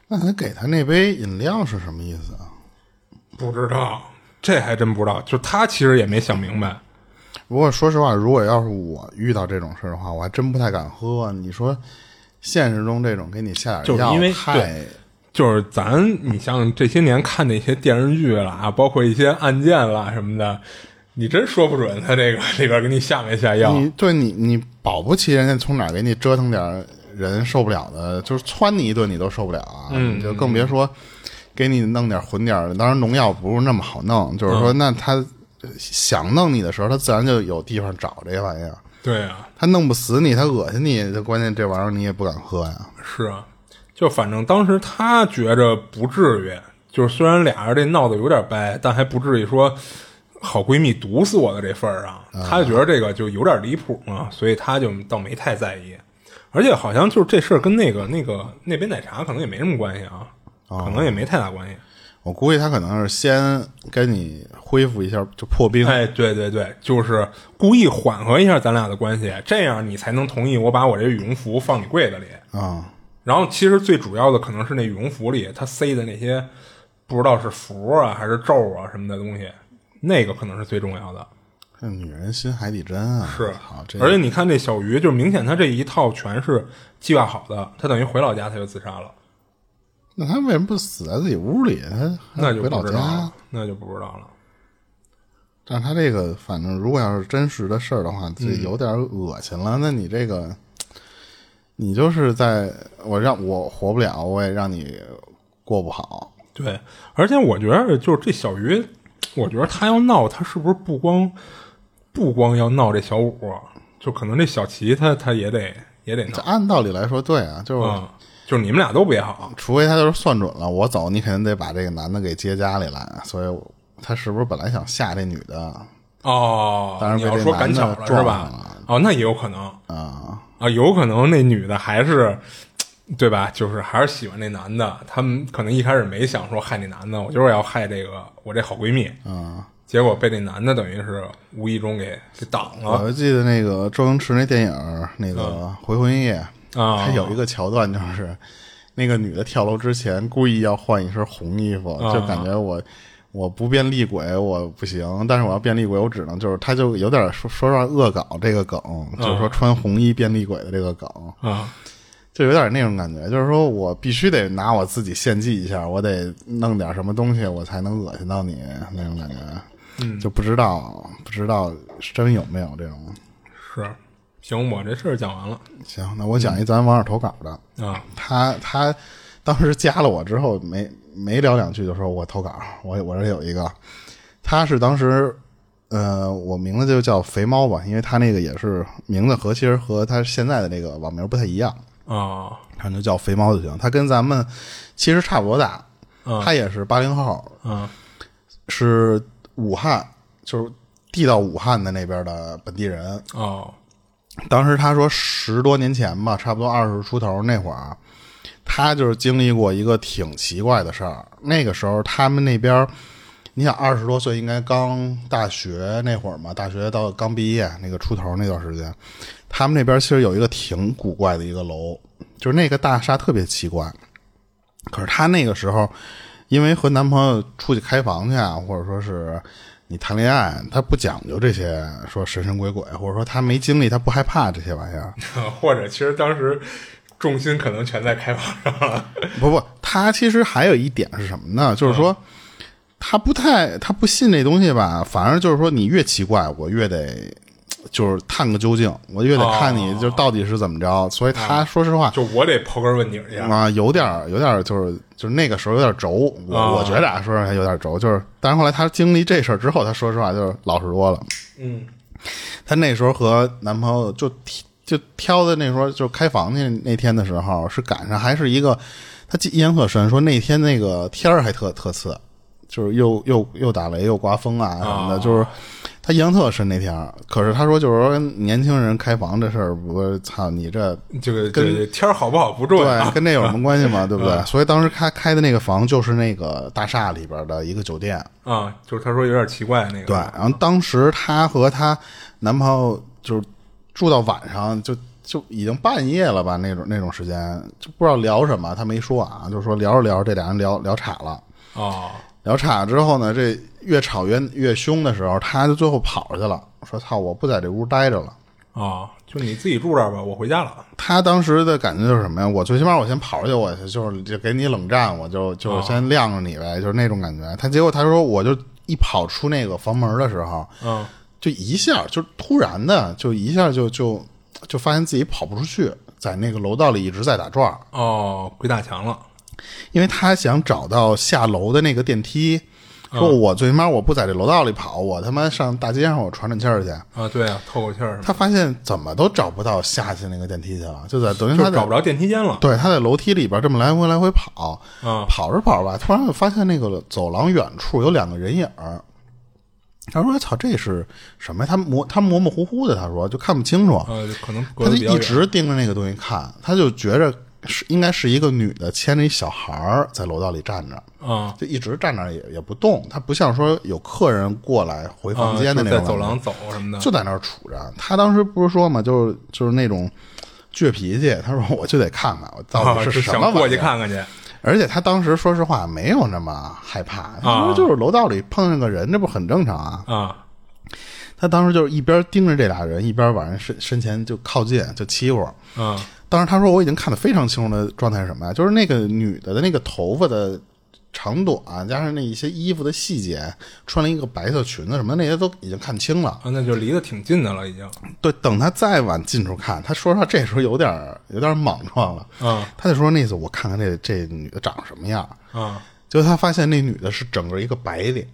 [SPEAKER 2] 那他给他那杯饮料是什么意思啊？
[SPEAKER 3] 不知道，这还真不知道。就他其实也没想明白。
[SPEAKER 2] 不过说实话，如果要是我遇到这种事儿的话，我还真不太敢喝。啊你说现实中这种给你下
[SPEAKER 3] 就
[SPEAKER 2] 点药，
[SPEAKER 3] 是因为
[SPEAKER 2] 太
[SPEAKER 3] 对就是咱，你像这些年看那些电视剧啦，包括一些案件啦什么的，你真说不准他这个里边给你下没下药。
[SPEAKER 2] 你对你你保不齐人家从哪儿给你折腾点儿人受不了的，就是窜你一顿你都受不了啊，
[SPEAKER 3] 嗯
[SPEAKER 2] 你就更别说给你弄点儿混点儿的。当然农药不是那么好弄，就是
[SPEAKER 3] 嗯
[SPEAKER 2] 说那他想弄你的时候，他自然就有地方找这玩意儿。
[SPEAKER 3] 对啊，
[SPEAKER 2] 他弄不死你，他恶心你，这关键这玩意儿你也不敢喝呀。
[SPEAKER 3] 是啊，就反正当时他觉着不至于，就是虽然俩人这闹得有点掰，但还不至于说好闺蜜毒死我的这份儿上，他就觉得这个就有点离谱嘛，所以他就倒没太在意。而且好像就是这事儿跟那个那个那杯奶茶可能也没什么关系啊，可能也没太大关系。
[SPEAKER 2] 我估计他可能是先给你恢复一下，就破冰。
[SPEAKER 3] 哎，对对对，就是故意缓和一下咱俩的关系，这样你才能同意我把我这羽绒服放你柜子里。
[SPEAKER 2] 啊、
[SPEAKER 3] 然后其实最主要的可能是那羽绒服里它塞的那些不知道是符啊还是咒啊什么的东西，那个可能是最重要的。
[SPEAKER 2] 这女人心海底针啊！
[SPEAKER 3] 是
[SPEAKER 2] 好，这，
[SPEAKER 3] 而且你看这小鱼，就是明显他这一套全是计划好的，他等于回老家他就自杀了，
[SPEAKER 2] 那他为什么不死在自己屋里？他
[SPEAKER 3] 那
[SPEAKER 2] 还
[SPEAKER 3] 就
[SPEAKER 2] 回老
[SPEAKER 3] 不知道
[SPEAKER 2] 家
[SPEAKER 3] 了。，那就不知道了。
[SPEAKER 2] 但是他这个，反正如果要是真实的事儿的话，
[SPEAKER 3] 嗯
[SPEAKER 2] 这有点恶心了。那你这个，你就是在我让我活不了，我也让你过不好。
[SPEAKER 3] 对，而且我觉得就是这小鱼，我觉得他要闹，他是不是不光不光要闹这小五，就可能这小齐他他也得也得
[SPEAKER 2] 这
[SPEAKER 3] 闹，
[SPEAKER 2] 按道理来说，对啊，就是、
[SPEAKER 3] 嗯，就是你们俩都别好，
[SPEAKER 2] 除非他就是算准了我走，你肯定得把这个男的给接家里来，所以我他是不是本来想吓这女的啊、
[SPEAKER 3] 哦，
[SPEAKER 2] 当然
[SPEAKER 3] 你
[SPEAKER 2] 被
[SPEAKER 3] 要
[SPEAKER 2] 这
[SPEAKER 3] 说
[SPEAKER 2] 男
[SPEAKER 3] 赶
[SPEAKER 2] 的
[SPEAKER 3] 巧了
[SPEAKER 2] 撞
[SPEAKER 3] 是吧
[SPEAKER 2] 了？
[SPEAKER 3] 哦，那也有可能啊，有可能那女的还是对吧？就是还是喜欢那男的，他们可能一开始没想说害那男的，我就是要害这个我这好闺蜜啊，结果被那男的等于是无意中给给挡
[SPEAKER 2] 我
[SPEAKER 3] 了
[SPEAKER 2] 就记得那个周星驰那电影那个《回魂夜》
[SPEAKER 3] 嗯啊
[SPEAKER 2] 他有一个桥段就是那个女的跳楼之前故意要换一身红衣服，
[SPEAKER 3] 啊
[SPEAKER 2] 就感觉我。我不变厉鬼我不行，但是我要变厉鬼，我只能就是，他就有点说说让恶搞这个梗，
[SPEAKER 3] 嗯
[SPEAKER 2] 就是说穿红衣变厉鬼的这个梗，
[SPEAKER 3] 啊，
[SPEAKER 2] 就有点那种感觉，就是说我必须得拿我自己献祭一下，我得弄点什么东西，我才能恶心到你那种感觉。嗯，就不知道不知道是真有没有这种。
[SPEAKER 3] 是行，我这事儿讲完了
[SPEAKER 2] 行，那我讲一咱网友投稿的，
[SPEAKER 3] 啊，
[SPEAKER 2] 他他当时加了我之后，没没聊两句就说我投稿，我我这有一个，他是当时。呃，我名字就叫肥猫吧，因为他那个也是名字和其实和他现在的这个网名不太一样。
[SPEAKER 3] 啊
[SPEAKER 2] 反正就叫肥猫就行。他跟咱们其实差不多大，
[SPEAKER 3] 嗯
[SPEAKER 2] 他也是八零后，
[SPEAKER 3] 啊
[SPEAKER 2] 是武汉，就是地到武汉的那边的本地人。
[SPEAKER 3] 哦
[SPEAKER 2] 当时他说十多年前吧，差不多二十出头那会儿，啊他就是经历过一个挺奇怪的事儿。那个时候他们那边，你想二十多岁应该刚大学那会儿嘛，大学到刚毕业那个出头那段时间，他们那边其实有一个挺古怪的一个楼，就是那个大厦特别奇怪。可是她那个时候，因为和男朋友出去开房去啊，或者说是你谈恋爱，她不讲究这些说神神鬼鬼，或者说她没经历，她不害怕这些玩意儿。
[SPEAKER 3] 或者其实当时重心可能全在开房上了，
[SPEAKER 2] 不不，她其实还有一点是什么呢？就是说，她不太，她不信这东西吧，反而就是说，你越奇怪，我越得。就是探个究竟，我越得看你就到底是怎么着，所以她说实话，
[SPEAKER 3] (laughs) 就我得刨根问底儿去，
[SPEAKER 2] 啊，有点儿，有点儿，就是就是那个时候有点轴，我、
[SPEAKER 3] 啊
[SPEAKER 2] 我觉得啊，说实话有点轴，就是，但是后来她经历这事儿之后，她说实话就是老实多了。
[SPEAKER 3] 嗯
[SPEAKER 2] 她那时候和男朋友就就挑的那时候就开房去那天的时候，是赶上还是一个，她记印象特深，说那天那个天儿还特特次，就是又又又打雷又刮风啊什么的，
[SPEAKER 3] 啊
[SPEAKER 2] 就是她印象特深那天儿。可是她说就是说年轻人开房这事儿，我说操你这
[SPEAKER 3] 这个这个天儿好不好不重要
[SPEAKER 2] 对，，啊嗯跟这有什么关系 (laughs) 吗？对不对？所以当时他开的那个房就是那个大厦里边的一个酒店。
[SPEAKER 3] 啊，就是他说有点奇怪那个，
[SPEAKER 2] 对，然后当时她和她男朋友就是住到晚上，就就已经半夜了吧，那种那种时间，就不知道聊什么，她没说啊，就是说聊着聊着，这俩人聊聊岔了。
[SPEAKER 3] 哦，
[SPEAKER 2] 聊岔了之后呢，这越吵越越凶的时候，她就最后跑出去了，说：“操，我不在这屋待着了。”
[SPEAKER 3] 哦，就你自己住这儿吧，我回家了。
[SPEAKER 2] 他当时的感觉就是什么呀？我最起码我先跑出去，我就是就给你冷战，我就就先晾着你呗，就是那种感觉。他结果他说，我就一跑出那个房门的时候，
[SPEAKER 3] 嗯，
[SPEAKER 2] 就一下就突然的就一下就就就发现自己跑不出去，在那个楼道里一直在打转儿，
[SPEAKER 3] 哦，鬼打墙了。
[SPEAKER 2] 因为他想找到下楼的那个电梯。说我最起码我不在这楼道里跑，我他妈上大街上我喘喘气儿去。
[SPEAKER 3] 啊，对啊，透口气儿什么
[SPEAKER 2] 他发现怎么都找不到下去那个电梯去了，就在等于
[SPEAKER 3] 的，
[SPEAKER 2] 他
[SPEAKER 3] 就
[SPEAKER 2] 在
[SPEAKER 3] 找不着电梯间了。
[SPEAKER 2] 对，他在楼梯里边这么来回来回跑，
[SPEAKER 3] 嗯
[SPEAKER 2] 跑着跑着吧，突然就发现那个走廊远处有两个人影儿。他说：“哎操，这是什么呀？”他模他模模糊糊的，他说就看不清楚，
[SPEAKER 3] 呃，可能隔
[SPEAKER 2] 他
[SPEAKER 3] 得
[SPEAKER 2] 就
[SPEAKER 3] 比较
[SPEAKER 2] 一
[SPEAKER 3] 远。
[SPEAKER 2] 直盯着那个东西看，他就觉着是应该是一个女的牵着一小孩儿在楼道里站着，
[SPEAKER 3] 啊
[SPEAKER 2] 就一直站那儿也也不动。他不像说有客人过来回
[SPEAKER 3] 啊，
[SPEAKER 2] 房间的
[SPEAKER 3] 就
[SPEAKER 2] 那
[SPEAKER 3] 在
[SPEAKER 2] 种、
[SPEAKER 3] 走廊走什么的。啊
[SPEAKER 2] 就在那儿杵着。他当时不是说嘛，就是就是那种倔脾气， (laughs) 他说我就得看看我到
[SPEAKER 3] 啊，
[SPEAKER 2] 底
[SPEAKER 3] 就是
[SPEAKER 2] 什么
[SPEAKER 3] 想
[SPEAKER 2] 玩意儿。
[SPEAKER 3] 过去看看去。
[SPEAKER 2] 而且他当时说实话没有那么害怕，他说就是楼道里碰上个人，这不很正常啊？
[SPEAKER 3] 啊
[SPEAKER 2] 他当时就是一边盯着这俩人，一边往人身身前就靠近，就欺负。
[SPEAKER 3] 啊
[SPEAKER 2] 当时他说我已经看得非常清楚的状态是什么呀？就是那个女的的那个头发的长短、加上那一些衣服的细节，穿了一个白色裙子什么的，那些都已经看清了。
[SPEAKER 3] 啊，那就离得挺近的了，已经。
[SPEAKER 2] 对，等他再往近处看，他说实话，这时候有点儿有点儿莽撞了。
[SPEAKER 3] 啊
[SPEAKER 2] 他就说那次我看看这这女的长什么样儿，
[SPEAKER 3] 啊，
[SPEAKER 2] 结果他发现那女的是整个一个白脸，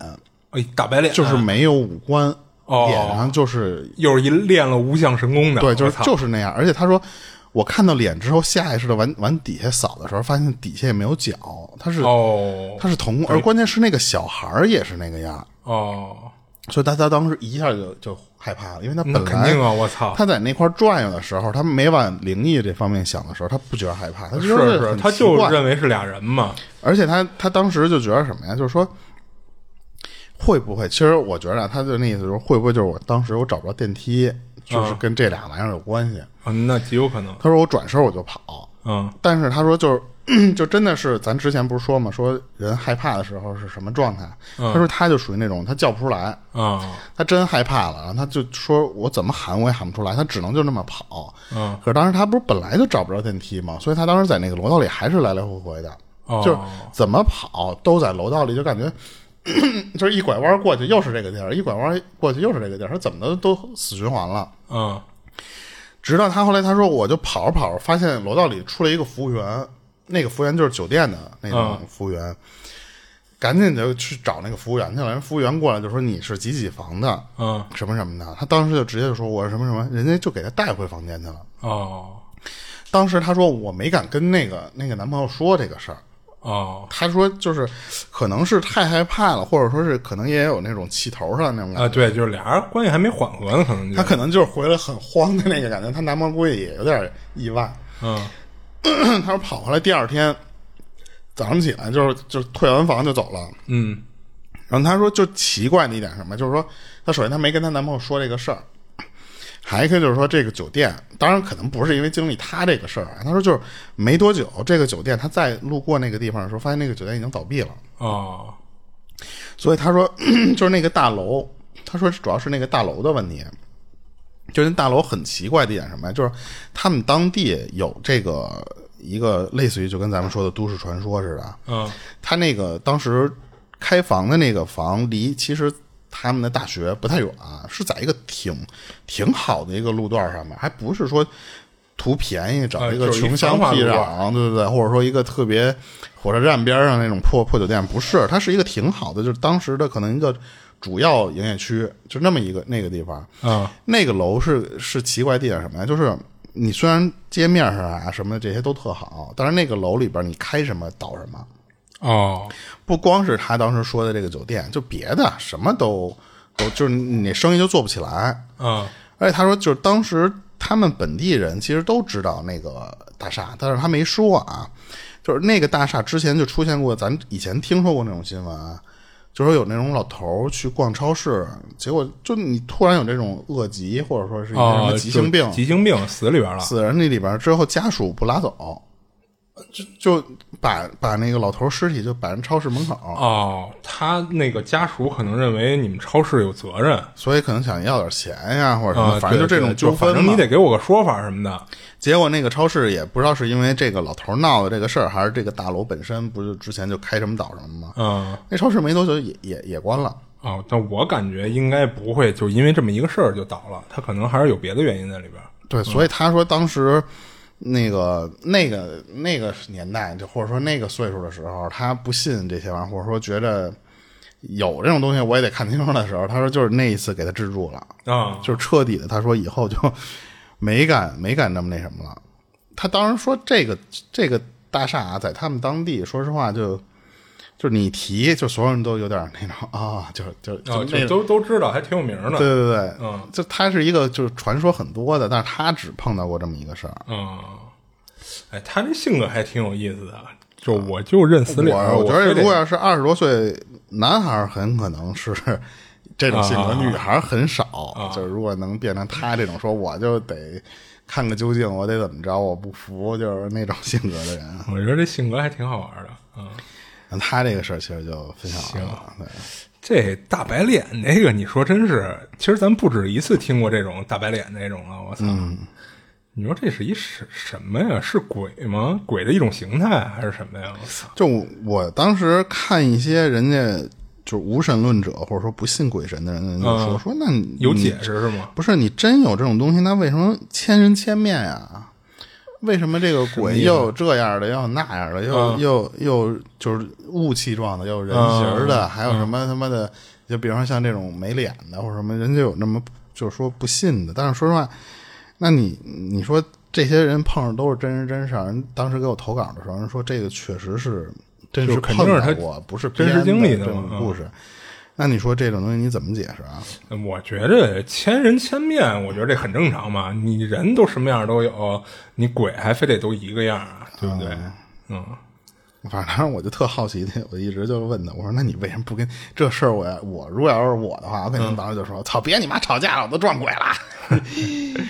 [SPEAKER 3] 哎，大白脸
[SPEAKER 2] 就是没有五官，
[SPEAKER 3] 哦
[SPEAKER 2] 脸上就是
[SPEAKER 3] 又是一练了无相神功的，
[SPEAKER 2] 对，就
[SPEAKER 3] 我
[SPEAKER 2] 是
[SPEAKER 3] 操
[SPEAKER 2] 就是那样。而且他说，我看到脸之后，下意识的往往底下扫的时候，发现底下也没有脚，他是、
[SPEAKER 3] 哦
[SPEAKER 2] 他是瞳孔，而关键是那个小孩儿也是那个样儿，
[SPEAKER 3] 哦，
[SPEAKER 2] 所以他他当时一下就就害怕了，因为他本
[SPEAKER 3] 那
[SPEAKER 2] 来
[SPEAKER 3] 肯定啊，我操，
[SPEAKER 2] 他在那块儿转悠的时候，他没往灵异这方面想的时候，他不觉得害怕，他就是很
[SPEAKER 3] 是，他
[SPEAKER 2] 奇
[SPEAKER 3] 就
[SPEAKER 2] 怪
[SPEAKER 3] 认为是俩人嘛，
[SPEAKER 2] 而且他他当时就觉得什么呀？就是说，会不会？其实我觉得啊他就那意思，就是会不会就是我当时我找不着电梯，
[SPEAKER 3] 嗯
[SPEAKER 2] 就是跟这俩玩意儿有关系。
[SPEAKER 3] 啊，那极有可能，
[SPEAKER 2] 他说我转身我就跑，
[SPEAKER 3] 嗯
[SPEAKER 2] 但是他说就是。 (clears throat) 就真的是，咱之前不是说嘛，说人害怕的时候是什么状态？
[SPEAKER 3] 嗯
[SPEAKER 2] 他说他就属于那种，他叫不出来，
[SPEAKER 3] 啊
[SPEAKER 2] 他真害怕了，然后他就说：“我怎么喊我也喊不出来。”他只能就那么跑。
[SPEAKER 3] 嗯，
[SPEAKER 2] 可是当时他不是本来就找不着电梯嘛，所以他当时在那个楼道里还是来来回回的，
[SPEAKER 3] 哦
[SPEAKER 2] 就是怎么跑都在楼道里，就感觉 (coughs) 就是一拐弯过去又是这个地儿，一拐弯过去又是这个地儿，他怎么都都死循环了。
[SPEAKER 3] 嗯
[SPEAKER 2] 直到他后来他说，我就跑着跑着，发现楼道里出来一个服务员，那个服务员就是酒店的那种
[SPEAKER 3] 嗯
[SPEAKER 2] 服务员，赶紧就去找那个服务员去了。人服务员过来就说你是几几房的，
[SPEAKER 3] 嗯
[SPEAKER 2] 什么什么的，他当时就直接就说我什么什么，人家就给他带回房间去了。
[SPEAKER 3] 哦
[SPEAKER 2] 当时他说我没敢跟那个那个男朋友说这个事儿，
[SPEAKER 3] 哦
[SPEAKER 2] 他说就是可能是太害怕了，或者说是可能也有那种气头上的那种感
[SPEAKER 3] 啊，
[SPEAKER 2] 觉。
[SPEAKER 3] 对，就是俩人关系还没缓和呢，可能
[SPEAKER 2] 他
[SPEAKER 3] 就
[SPEAKER 2] 可能就是回来很慌的那个感觉，她男朋友估计也有点意外。 (clears throat)
[SPEAKER 3] 嗯
[SPEAKER 2] 他说跑回来第二天早上起来就是就是退完房就走了。
[SPEAKER 3] 嗯
[SPEAKER 2] 然后她说就奇怪的一点是什么，就是说她首先她没跟她男朋友说这个事儿，还一个就是说这个酒店，当然可能不是因为经历她这个事儿啊，她说就是没多久这个酒店她再路过那个地方的时候，发现那个酒店已经倒闭了，
[SPEAKER 3] 哦
[SPEAKER 2] 所以她说 (clears throat) 就是那个大楼，她说主要是那个大楼的问题。就是那大楼很奇怪的一点是什么呀？就是他们当地有这个一个类似于就跟咱们说的都市传说似的，
[SPEAKER 3] 嗯
[SPEAKER 2] 他那个当时开房的那个房离其实他们的大学不太远、啊，是在一个挺挺好的一个路段上面，还不是说图便宜找
[SPEAKER 3] 啊
[SPEAKER 2] 一个
[SPEAKER 3] 就是一
[SPEAKER 2] 穷乡
[SPEAKER 3] 繁华
[SPEAKER 2] 僻
[SPEAKER 3] 路
[SPEAKER 2] 壤，对对对，或者说一个特别火车站边上那种破破酒店，不是，它是一个挺好的，就是当时的可能一个主要营业区，就那么一个那个地方。
[SPEAKER 3] 嗯
[SPEAKER 2] 那个楼是是奇怪地点什么呀？就是你虽然街面上啊什么的这些都特好，但是那个楼里边你开什么倒什么。
[SPEAKER 3] 哦
[SPEAKER 2] 不光是他当时说的这个酒店，就别的什么都都就是你生意就做不起来。
[SPEAKER 3] 嗯
[SPEAKER 2] 而且他说，就是当时他们本地人其实都知道那个大厦，但是他没说啊。就是那个大厦之前就出现过，咱以前听说过那种新闻啊，就说有那种老头儿去逛超市，结果就你突然有这种恶疾，或者说是一些什
[SPEAKER 3] 哦，
[SPEAKER 2] 么急性病，
[SPEAKER 3] 就急性病死里边了，
[SPEAKER 2] 死人那里边儿之后，家属不拉走，就就把把那个老头儿尸体就摆人超市门口。
[SPEAKER 3] 哦，他那个家属可能认为你们超市有责任
[SPEAKER 2] 所以可能想要点钱呀，或者什么，
[SPEAKER 3] 啊，
[SPEAKER 2] 反正就这
[SPEAKER 3] 对
[SPEAKER 2] 种
[SPEAKER 3] 对
[SPEAKER 2] 纠纷
[SPEAKER 3] 反正
[SPEAKER 2] 嘛
[SPEAKER 3] 你得给我个说法什么的。
[SPEAKER 2] 结果那个超市也不知道是因为这个老头闹的这个事儿，还是这个大楼本身不是之前就开什么倒什么吗？
[SPEAKER 3] 嗯，
[SPEAKER 2] 那超市没多久也也也关了。
[SPEAKER 3] 哦，但我感觉应该不会就因为这么一个事儿就倒了，他可能还是有别的原因在里边。
[SPEAKER 2] 对，所以他说当时那个那个那个年代，就或者说那个岁数的时候，他不信这些玩意儿，或者说觉得有这种东西我也得看清楚的时候，他说就是那一次给他制住了。
[SPEAKER 3] 啊
[SPEAKER 2] 就是彻底的，他说以后就没敢没敢那么那什么了。他当时说这个这个大厦啊，在他们当地，说实话就就是你提，就所有人都有点那种啊、就是就
[SPEAKER 3] 啊，
[SPEAKER 2] 就哦那种。
[SPEAKER 3] 就都都知道，还挺有名
[SPEAKER 2] 对
[SPEAKER 3] 的。
[SPEAKER 2] 对对，
[SPEAKER 3] 嗯，
[SPEAKER 2] 就他是一个就是传说很多的，但是他只碰到过这么一个事儿。
[SPEAKER 3] 嗯，哎，他这性格还挺有意思的，就我就认死理儿。
[SPEAKER 2] 我
[SPEAKER 3] 我
[SPEAKER 2] 觉得
[SPEAKER 3] 非得
[SPEAKER 2] 如果要是二十多岁男孩，很可能
[SPEAKER 3] (laughs)
[SPEAKER 2] 是这种性格，
[SPEAKER 3] 啊
[SPEAKER 2] 女孩很少。就是如果能变成他这种，说我就得看个究竟，我得怎么着，我不服，就是那种性格的人。
[SPEAKER 3] 我觉得这性格还挺好玩的。嗯，
[SPEAKER 2] 那他这个事儿其实就分享完了。对
[SPEAKER 3] 这大白脸这个，你说真是，其实咱不止一次听过这种大白脸这种了。我操！
[SPEAKER 2] 嗯
[SPEAKER 3] 你说这是一什什么呀？是鬼吗？鬼的一种形态啊还是什么呀？我操！
[SPEAKER 2] 就我我当时看一些人家就是无神论者，或者说不信鬼神的人，就说、
[SPEAKER 3] 嗯
[SPEAKER 2] 说那你
[SPEAKER 3] 有解释是吗？
[SPEAKER 2] 不是你真有这种东西，那为什么千人千面呀？为什么这个鬼又有这样的，又有那样
[SPEAKER 3] 嗯
[SPEAKER 2] 的，又、又又就是雾气状的，又有人形儿的，还有什么他妈的就比方像这种没脸的或者什么，人家有那么就是说不信的。但是说实话，那你你说这些人碰上都是真人真事儿。人当时给我投稿的时候，人说这个确实是真实
[SPEAKER 3] 就
[SPEAKER 2] 碰
[SPEAKER 3] 肯定是
[SPEAKER 2] 到
[SPEAKER 3] 他
[SPEAKER 2] 过，不是
[SPEAKER 3] 真实
[SPEAKER 2] 编
[SPEAKER 3] 经历
[SPEAKER 2] 的
[SPEAKER 3] 的
[SPEAKER 2] 这种
[SPEAKER 3] 嘛嗯
[SPEAKER 2] 故事。那你说这种东西你怎么解释啊？
[SPEAKER 3] 我觉着千人千面，我觉得这很正常嘛。你人都什么样都有，你鬼还非得都一个样啊，对不对？嗯，
[SPEAKER 2] 反正我就特好奇的，我一直就问他，我说那你为什么不跟这事儿我要我如果要是我的话，我肯
[SPEAKER 3] 嗯
[SPEAKER 2] 定当时就说操，别你妈吵架了，我都撞鬼
[SPEAKER 3] (laughs)
[SPEAKER 2] 了，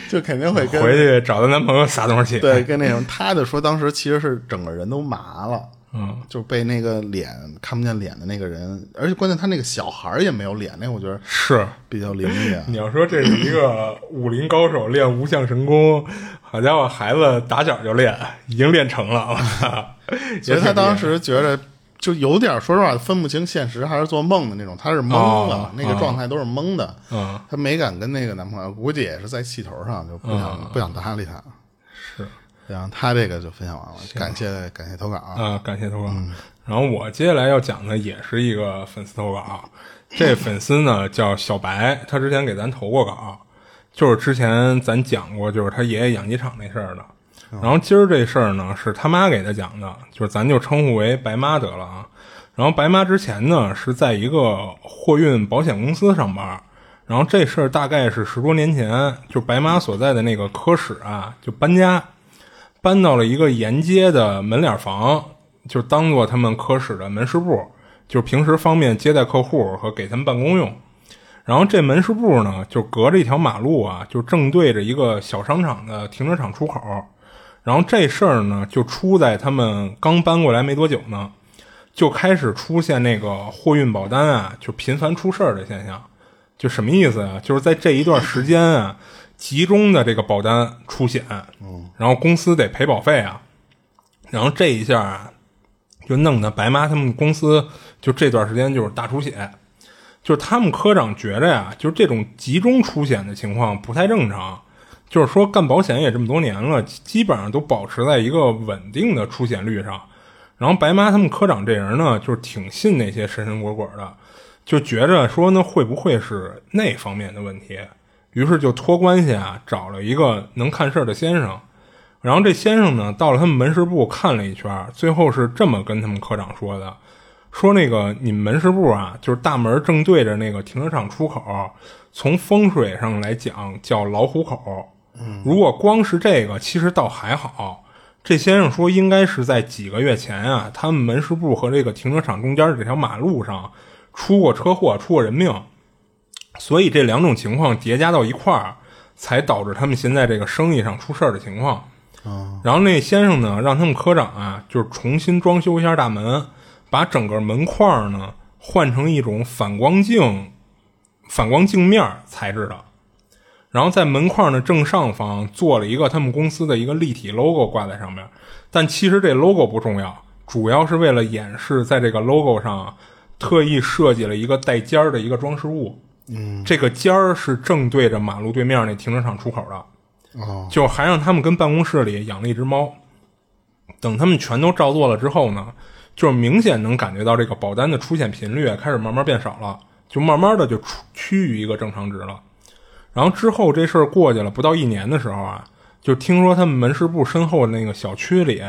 [SPEAKER 2] 就肯定会跟
[SPEAKER 3] 回去找她男朋友撒东西去。
[SPEAKER 2] 对跟那种，他就说当时其实是整个人都麻了，
[SPEAKER 3] 嗯，
[SPEAKER 2] 就被那个脸看不见脸的那个人，而且关键他那个小孩儿也没有脸，那我觉得
[SPEAKER 3] 是。
[SPEAKER 2] 比较灵啊验。
[SPEAKER 3] 你要说这是一个武林高手练无相神功，好家伙，孩子打小就练，已经练成了。我操
[SPEAKER 2] 所以他当时觉得就有点说实话分不清现实还是做梦的那种，他是懵了，
[SPEAKER 3] 哦
[SPEAKER 2] 那个状态都是懵的，
[SPEAKER 3] 嗯
[SPEAKER 2] 他没敢跟那个男朋友，估计也是在气头上就不想、
[SPEAKER 3] 嗯
[SPEAKER 2] 不想搭理他。
[SPEAKER 3] 是
[SPEAKER 2] 然后他这个就分享完了，感谢感谢投稿啊，
[SPEAKER 3] 啊，感谢投稿。然后我接下来要讲的也是一个粉丝投稿，啊这粉丝呢叫小白，他之前给咱投过稿，就是之前咱讲过，就是他爷爷养鸡场那事儿的。然后今儿这事儿呢是他妈给他讲的，就是咱就称呼为白妈得了啊。然后白妈之前呢是在一个货运保险公司上班，然后这事儿大概是十多年前，就白妈所在的那个科室啊就搬家，搬到了一个沿街的门脸房，就当做他们科室的门市部，就是平时方便接待客户和给他们办公用。然后这门市部呢，就隔着一条马路啊，就正对着一个小商场的停车场出口。然后这事儿呢，就出在他们刚搬过来没多久呢，就开始出现那个货运保单啊，就频繁出事儿的现象。就什么意思啊？就是在这一段时间啊，集中的这个保单出险，然后公司得赔保费啊。然后这一下啊，就弄得白妈他们公司就这段时间就是大出血，就是他们科长觉着呀，就是这种集中出险的情况不太正常，就是说干保险也这么多年了，基基本上都保持在一个稳定的出险率上。然后白妈他们科长这人呢，就是挺信那些神神鬼鬼的，就觉着说那会不会是那方面的问题？于是就托关系啊，找了一个能看事儿的先生。然后这先生呢，到了他们门市部看了一圈儿，最后是这么跟他们科长说的：说那个你们门市部啊，就是大门正对着那个停车场出口，从风水上来讲叫老虎口。如果光是这个，其实倒还好。这先生说，应该是在几个月前啊，他们门市部和这个停车场中间的这条马路上出过车祸，出过人命。所以这两种情况叠加到一块儿，才导致他们现在这个生意上出事儿的情况。然后那先生呢，让他们科长啊，就是重新装修一下大门，把整个门框儿呢换成一种反光镜、反光镜面儿材质的。然后在门框的正上方做了一个他们公司的一个立体 logo 挂在上面，但其实这 logo 不重要，主要是为了掩饰在这个 logo 上特意设计了一个带尖儿的一个装饰物。嗯，这个尖儿是正对着马路对面那停车场出口的。
[SPEAKER 2] 哦，
[SPEAKER 3] 就还让他们跟办公室里养了一只猫。等他们全都照做了之后呢，就是明显能感觉到这个保单的出现频率开始慢慢变少了，就慢慢的就出趋于一个正常值了。然后之后这事儿过去了不到一年的时候啊，就听说他们门市部身后的那个小区里，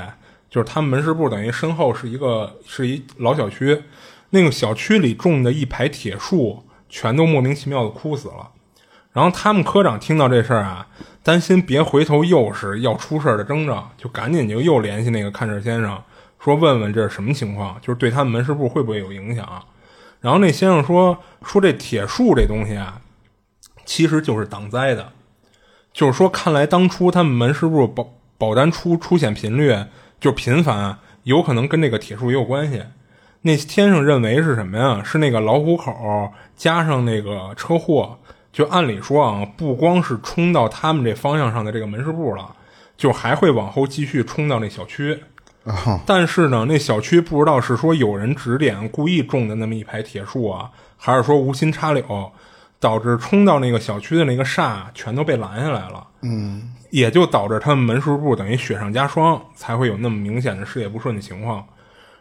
[SPEAKER 3] 就是他们门市部等于身后是一个是一老小区，那个小区里种的一排铁树全都莫名其妙的枯死了。然后他们科长听到这事儿啊，担心别回头又是要出事儿的征兆，就赶紧就又联系那个看事儿先生，说问问这是什么情况，就是对他们门市部会不会有影响。啊然后那先生说说这铁树这东西啊，其实就是挡灾的，就是说看来当初他们门市部保保单出出险频率就频繁，啊有可能跟这个铁树也有关系。那先生认为是什么呀？是那个老虎口加上那个车祸，就按理说啊，不光是冲到他们这方向上的这个门市部了，就还会往后继续冲到那小区。
[SPEAKER 2] 哦
[SPEAKER 3] 但是呢，那小区不知道是说有人指点故意种的那么一排铁树啊，还是说无心插柳，导致冲到那个小区的那个煞全都被拦下来了。嗯，也就导致他们门市部等于雪上加霜，才会有那么明显的视野不顺的情况。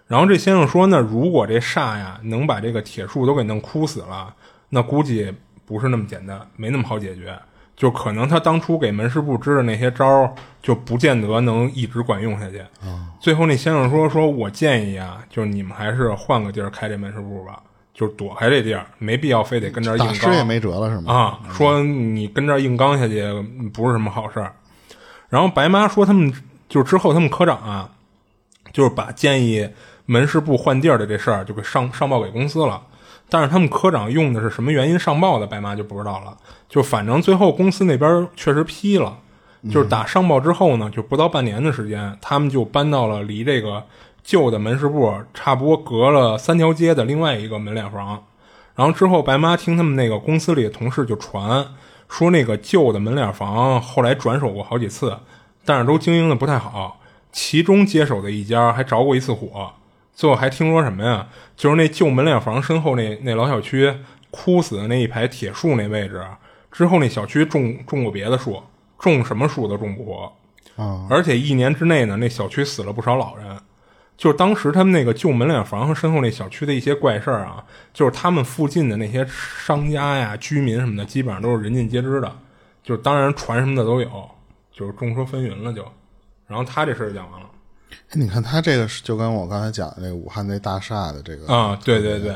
[SPEAKER 3] 然后这先生说，那如果这煞呀能把这个铁树都给弄枯死了，那估计不是那么简单，没那么好解决。就可能他当初给门市部支的那些招儿，就不见得能一直管用下去。
[SPEAKER 2] 啊
[SPEAKER 3] 最后那先生说：“说我建议啊，就是你们还是换个地儿开这门市部吧，就是躲开这地儿，没必要非得跟这儿硬
[SPEAKER 2] 打
[SPEAKER 3] 刚。”
[SPEAKER 2] 师也没辙了是吗？
[SPEAKER 3] 啊，说你跟这儿硬刚下去嗯不是什么好事儿。然后白妈说他们就是之后他们科长啊，就是把建议门市部换地儿的这事儿就给上上报给公司了。但是他们科长用的是什么原因上报的，白妈就不知道了。就反正最后公司那边确实批了，就是打上报之后呢，就不到半年的时间，他们就搬到了离这个旧的门市部差不多隔了三条街的另外一个门脸房。然后之后，白妈听他们那个公司里的同事就传说，那个旧的门脸房后来转手过好几次，但是都经营的不太好。其中接手的一家还着过一次火，最后还听说什么呀？就是那旧门脸房身后那那老小区枯死的那一排铁树那位置，之后那小区种种过别的树，种什么树都种不活。
[SPEAKER 2] 啊，
[SPEAKER 3] 而且一年之内呢，那小区死了不少老人。就是当时他们那个旧门脸房和身后那小区的一些怪事儿啊，就是他们附近的那些商家呀、居民什么的，基本上都是人尽皆知的。就是当然传什么的都有，就是众说纷纭了就。然后他这事儿就讲完了
[SPEAKER 2] 哎你看他这个是就跟我刚才讲的那个武汉那大厦的这个，
[SPEAKER 3] 啊，对对对，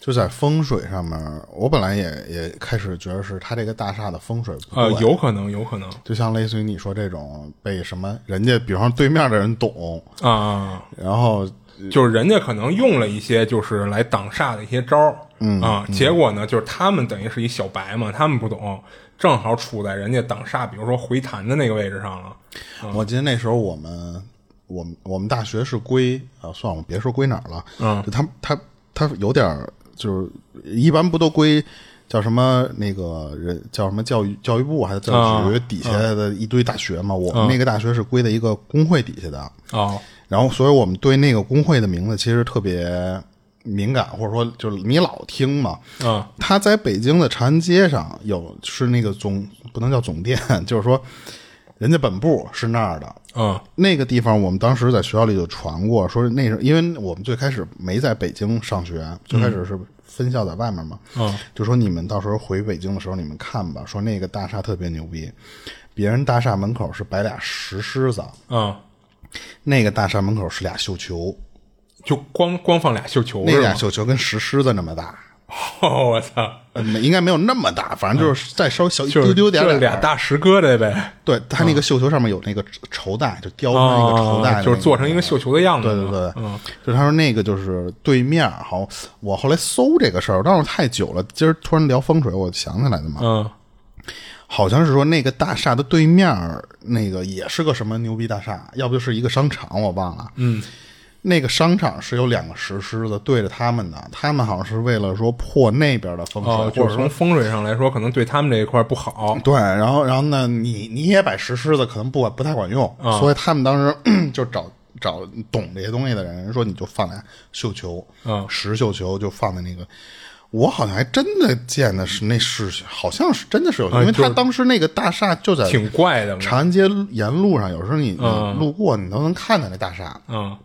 [SPEAKER 2] 就在风水上面，我本来也也开始觉得是他这个大厦的风水不
[SPEAKER 3] 呃，
[SPEAKER 2] 对，
[SPEAKER 3] 有可能，有可能
[SPEAKER 2] 就像类似于你说这种被什么人家，比方说对面的人懂，
[SPEAKER 3] 啊，
[SPEAKER 2] 然后
[SPEAKER 3] 就是人家可能用了一些就是来挡煞的一些招儿，嗯啊，结果呢，就是他们等于是一小白嘛，他们不懂，正好处在人家挡煞，比如说回弹的那个位置上了，
[SPEAKER 2] 我记得那时候我们，我们我们大学是归啊，算了，我别说归哪儿了，
[SPEAKER 3] 嗯
[SPEAKER 2] 就他他他有点儿就是一般不都归叫什么那个人叫什么教育教育部还是教育局底下的一堆大学嘛？我们那个大学是归在一个工会底下的，
[SPEAKER 3] 哦，
[SPEAKER 2] 然后所以我们对那个工会的名字其实特别敏感，或者说就是你老听嘛，
[SPEAKER 3] 嗯
[SPEAKER 2] 他在北京的长安街上有是那个总不能叫总店， (laughs) 就是说人家本部是那儿的，
[SPEAKER 3] 嗯
[SPEAKER 2] 那个地方，我们当时在学校里就传过，说那时候因为我们最开始没在北京上学，最开始是分校在外面嘛，
[SPEAKER 3] 嗯
[SPEAKER 2] 就说你们到时候回北京的时候你们看吧，说那个大厦特别牛逼，别人大厦门口是摆俩石狮子，
[SPEAKER 3] 嗯，
[SPEAKER 2] 那个大厦门口是俩绣球，
[SPEAKER 3] 就光光放俩绣球
[SPEAKER 2] 那
[SPEAKER 3] 哦是
[SPEAKER 2] 俩
[SPEAKER 3] 吗？
[SPEAKER 2] 绣球跟石狮子那么大，
[SPEAKER 3] (laughs) 哦，我操，
[SPEAKER 2] 呃没应该没有那么大，反正就是再稍小一
[SPEAKER 3] 就是
[SPEAKER 2] 丢丢点
[SPEAKER 3] 就
[SPEAKER 2] 儿
[SPEAKER 3] 俩，大石疙
[SPEAKER 2] (laughs)
[SPEAKER 3] 瘩呗，
[SPEAKER 2] 对，它那个绣球上面有那个绸带，就雕成一个绸带的那，
[SPEAKER 3] 哦啊就是做成一个绣球的样子嘛，
[SPEAKER 2] 对对对，
[SPEAKER 3] 嗯，
[SPEAKER 2] 就是他说那个就是对面儿，好，我后来搜这个事儿，但是太久了，今儿突然聊风水，我想起来的嘛，
[SPEAKER 3] 嗯
[SPEAKER 2] 好像是说那个大厦的对面儿那个也是个什么牛逼大厦，要不就是一个商场，我忘了，嗯。那个商场是有两个石狮子对着他们的，他们好像是为了说破那边的风水，
[SPEAKER 3] 哦，
[SPEAKER 2] 或
[SPEAKER 3] 就
[SPEAKER 2] 者
[SPEAKER 3] 是
[SPEAKER 2] 说
[SPEAKER 3] 从风水上来说，可能对他们这一块儿不好，
[SPEAKER 2] 对，然后然后呢，你你也摆石狮子，可能不管不太管用，
[SPEAKER 3] 嗯
[SPEAKER 2] 所以他们当时 (clears throat) 就找找懂这些东西的人说，你就放俩绣球，
[SPEAKER 3] 嗯
[SPEAKER 2] 石绣球就放在那个。我好像还真的见的是那是，好像是真的是有，因为
[SPEAKER 3] 嗯就
[SPEAKER 2] 他
[SPEAKER 3] 是
[SPEAKER 2] 当时那个大厦就在
[SPEAKER 3] 挺嗯怪的嘛，
[SPEAKER 2] 长安街沿路上，有时候你你路过你都能看见那大厦，
[SPEAKER 3] 嗯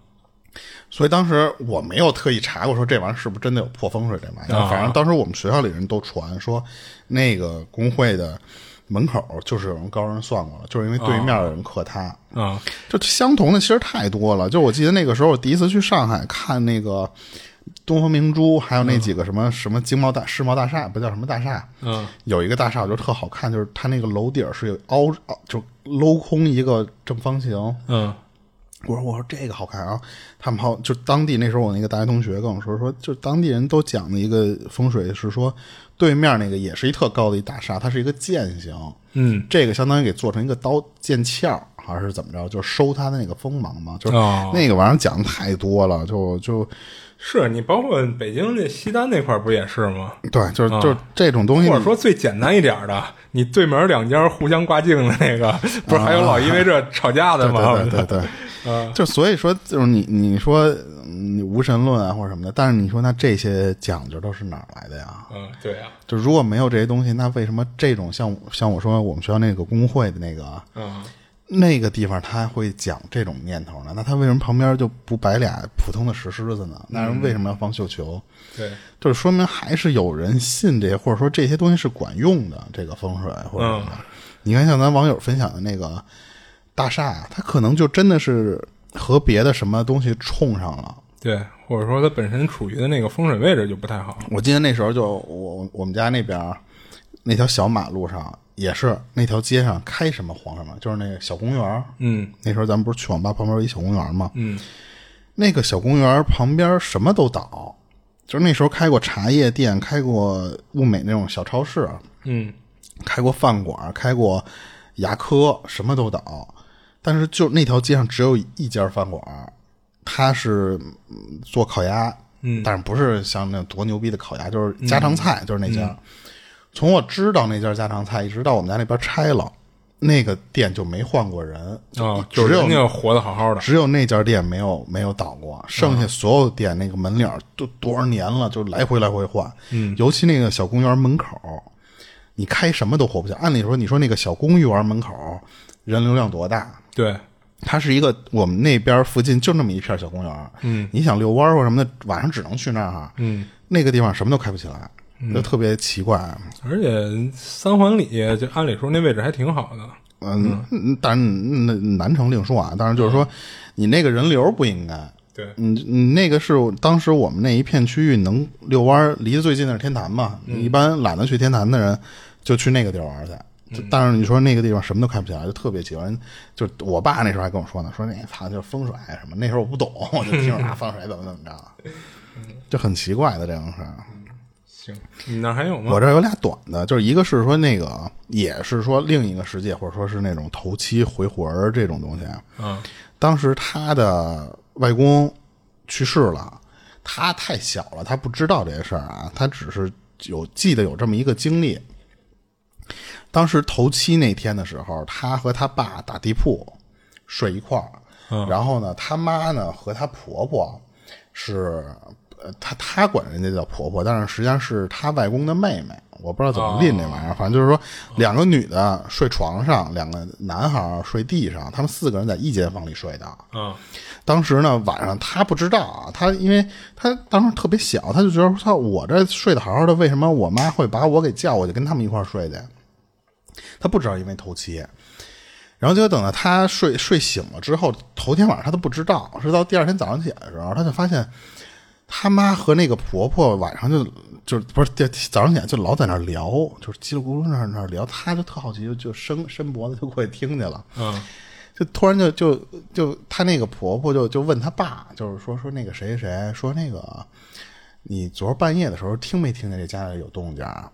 [SPEAKER 2] 所以当时我没有特意查过，说这玩意儿是不是真的有破风水这玩意儿。
[SPEAKER 3] 啊
[SPEAKER 2] 反正当时我们学校里人都传说，那个工会的门口就是有人高人算过了，就是因为对面的人克他。
[SPEAKER 3] 嗯
[SPEAKER 2] 就相同的其实太多了。就我记得那个时候，我第一次去上海看那个东方明珠，还有那几个什么、什么经贸大世贸大厦，不叫什么大厦，
[SPEAKER 3] 嗯，
[SPEAKER 2] 有一个大厦我觉得特好看，就是它那个楼顶儿是有凹，凹就镂空一个正方形，
[SPEAKER 3] 嗯
[SPEAKER 2] 我说我说这个好看啊，他们好就当地那时候我那个大学同学跟我说说，就当地人都讲的一个风水是说，对面那个也是一特高的一大厦，它是一个剑形，
[SPEAKER 3] 嗯，
[SPEAKER 2] 这个相当于给做成一个刀剑鞘还是怎么着，就是收它的那个锋芒嘛，就是
[SPEAKER 3] 哦
[SPEAKER 2] 那个玩意儿讲的太多了，就就。
[SPEAKER 3] 是你包括北京这西单那块儿不也是吗？
[SPEAKER 2] 对，就是就是这种东西，
[SPEAKER 3] 嗯或者说最简单一点的，你对门两家互相挂镜的那个，不是还有老因为这吵架的吗？
[SPEAKER 2] 啊 (laughs) 对对对
[SPEAKER 3] 嗯
[SPEAKER 2] 对，就所以说，就是你你说嗯你无神论啊或者什么的，但是你说那这些讲究都是哪儿来的呀？
[SPEAKER 3] (laughs) 嗯，对啊，
[SPEAKER 2] 就如果没有这些东西，那为什么这种像像我说我们学校那个工会的那个啊
[SPEAKER 3] 嗯
[SPEAKER 2] 那个地方他会讲这种念头呢，那他为什么旁边就不摆俩普通的石狮子呢？那人为什么要放绣球？
[SPEAKER 3] 对，
[SPEAKER 2] 就是说明还是有人信这，或者说这些东西是管用的，这个风水或者什么。你看，像咱网友分享的那个大厦，啊它可能就真的是和别的什么东西冲上了。
[SPEAKER 3] 对，或者说它本身处于的那个风水位置就不太好。
[SPEAKER 2] 我记得那时候就我我们家那边儿那条小马路上也是那条街上开什么黄什么，就是那个小公园儿。
[SPEAKER 3] 嗯
[SPEAKER 2] 那时候咱们不是去网吧旁边有一小公园吗？
[SPEAKER 3] 嗯，
[SPEAKER 2] 那个小公园旁边什么都倒，就是那时候开过茶叶店，开过物美那种小超市，啊
[SPEAKER 3] 嗯，
[SPEAKER 2] 开过饭馆，开过牙科，什么都倒。但是就那条街上只有一家饭馆，它是嗯做烤鸭，
[SPEAKER 3] 嗯
[SPEAKER 2] 但是不是像那多牛逼的烤鸭，就是家常菜，就是那家。
[SPEAKER 3] 嗯
[SPEAKER 2] 从我知道那家家常菜，一直到我们家那边拆了，那个店就没换过人，
[SPEAKER 3] 哦，
[SPEAKER 2] 只
[SPEAKER 3] 就是
[SPEAKER 2] 有
[SPEAKER 3] 人家活得好好的。
[SPEAKER 2] 只有那家店没有没有倒过，剩下所有店那个门脸儿都多少年了，就来回来回换。嗯，尤其那个小公园门口，你开什么都活不下。按理说，你说那个小公园门口人流量多大？
[SPEAKER 3] 对，
[SPEAKER 2] 它是一个我们那边附近就那么一片小公园，嗯，你想遛弯儿或什么的，晚上只能去那儿。
[SPEAKER 3] 嗯，
[SPEAKER 2] 那个地方什么都开不起来，就特别奇怪。
[SPEAKER 3] 而且三环里就按理说那位置还挺好的。
[SPEAKER 2] 嗯，嗯但是那南城另说啊，但是就是说，你那个人流不应该。
[SPEAKER 3] 对，
[SPEAKER 2] 你你嗯那个是当时我们那一片区域能遛弯儿，离得最近的是天坛嘛。一般懒得去天坛的人，就去那个地方玩儿去。就但是你说那个地方什么都看不起来，就特别奇怪。人就我爸那时候还跟我说呢，说那操就是风水什么。那时候我不懂，我就听着啊风水怎么怎么着，就很奇怪的这种事儿。
[SPEAKER 3] 行，你那儿还有吗？
[SPEAKER 2] 我这儿有俩短的，就是一个是说那个也是说另一个世界，或者说是那种头七回魂儿这种东西。啊
[SPEAKER 3] 嗯，
[SPEAKER 2] 当时他的外公去世了，他太小了，他不知道这些事儿啊，他只是有记得有这么一个经历。当时头七那天的时候，他和他爸打地铺睡一块儿，
[SPEAKER 3] 嗯
[SPEAKER 2] 然后呢，他妈呢和她婆婆是，呃，她她管人家叫婆婆，但是实际上是她外公的妹妹，我不知道怎么拎这玩意儿，反正就是说两个女的睡床上，两个男孩儿睡地上，他们四个人在一间房里睡的。
[SPEAKER 3] 嗯，
[SPEAKER 2] 当时呢，晚上他不知道啊，他因为他当时特别小，他就觉得他我这睡得好好的，为什么我妈会把我给叫过去跟他们一块儿睡去？他不知道，因为头七。然后结果等到他睡睡醒了之后，头天晚上他都不知道，是到第二天早上起来的时候，他就发现他妈和那个婆婆晚上就就不是第早上起来就老在那儿聊，就是叽里咕噜那儿那儿聊，他就特好奇，就就伸伸脖子就过去听去了。
[SPEAKER 3] 嗯，
[SPEAKER 2] 就突然就就就她那个婆婆就就问她爸，就是说说那个谁谁谁说那个你昨儿半夜的时候听没听见这家里有动静啊？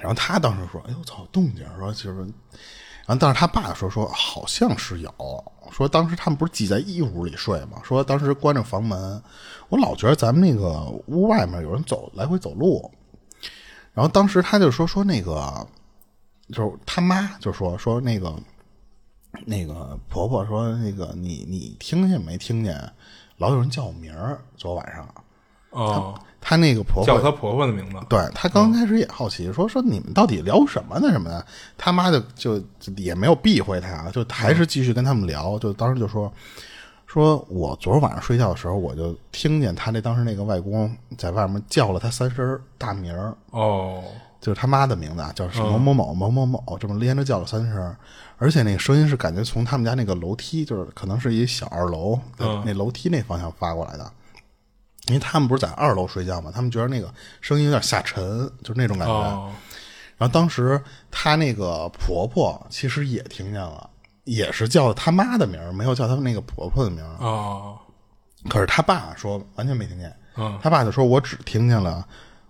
[SPEAKER 2] 然后他当时说：“哎呦，操，动静！”说就是，然后但是他爸说说好像是有，说当时他们不是挤在一屋里睡嘛，说当时关着房门，我老觉得咱们那个屋外面有人走来回走路，然后当时他就说说那个，就是他妈就说说那个那个婆婆说那个你你听见没听见，老有人叫我名儿，昨晚上
[SPEAKER 3] 哦，
[SPEAKER 2] 他那个婆婆
[SPEAKER 3] 叫她婆婆的名字。
[SPEAKER 2] 对她刚开始也好奇，说说你们到底聊什么呢？什么的，他妈就就就也没有避讳她，啊就还是继续跟他们聊。就当时就说，说我昨儿晚上睡觉的时候，我就听见她那当时那个外公在外面叫了她三声儿大名儿，
[SPEAKER 3] 哦，
[SPEAKER 2] 就是他妈的名字啊，叫什
[SPEAKER 3] 嗯
[SPEAKER 2] 么某某某某某某，这么连着叫了三声儿，而且那个声音是感觉从他们家那个楼梯，就是可能是一小二楼，
[SPEAKER 3] 嗯
[SPEAKER 2] 那楼梯那方向发过来的。因为他们不是在二楼睡觉嘛，他们觉得那个声音有点下沉，就是那种感觉。
[SPEAKER 3] 哦，
[SPEAKER 2] 然后当时她那个婆婆其实也听见了，也是叫她妈的名儿，没有叫她那个婆婆的名儿。
[SPEAKER 3] 哦，
[SPEAKER 2] 可是她爸说完全没听见，
[SPEAKER 3] 嗯
[SPEAKER 2] 她爸就说我只听见了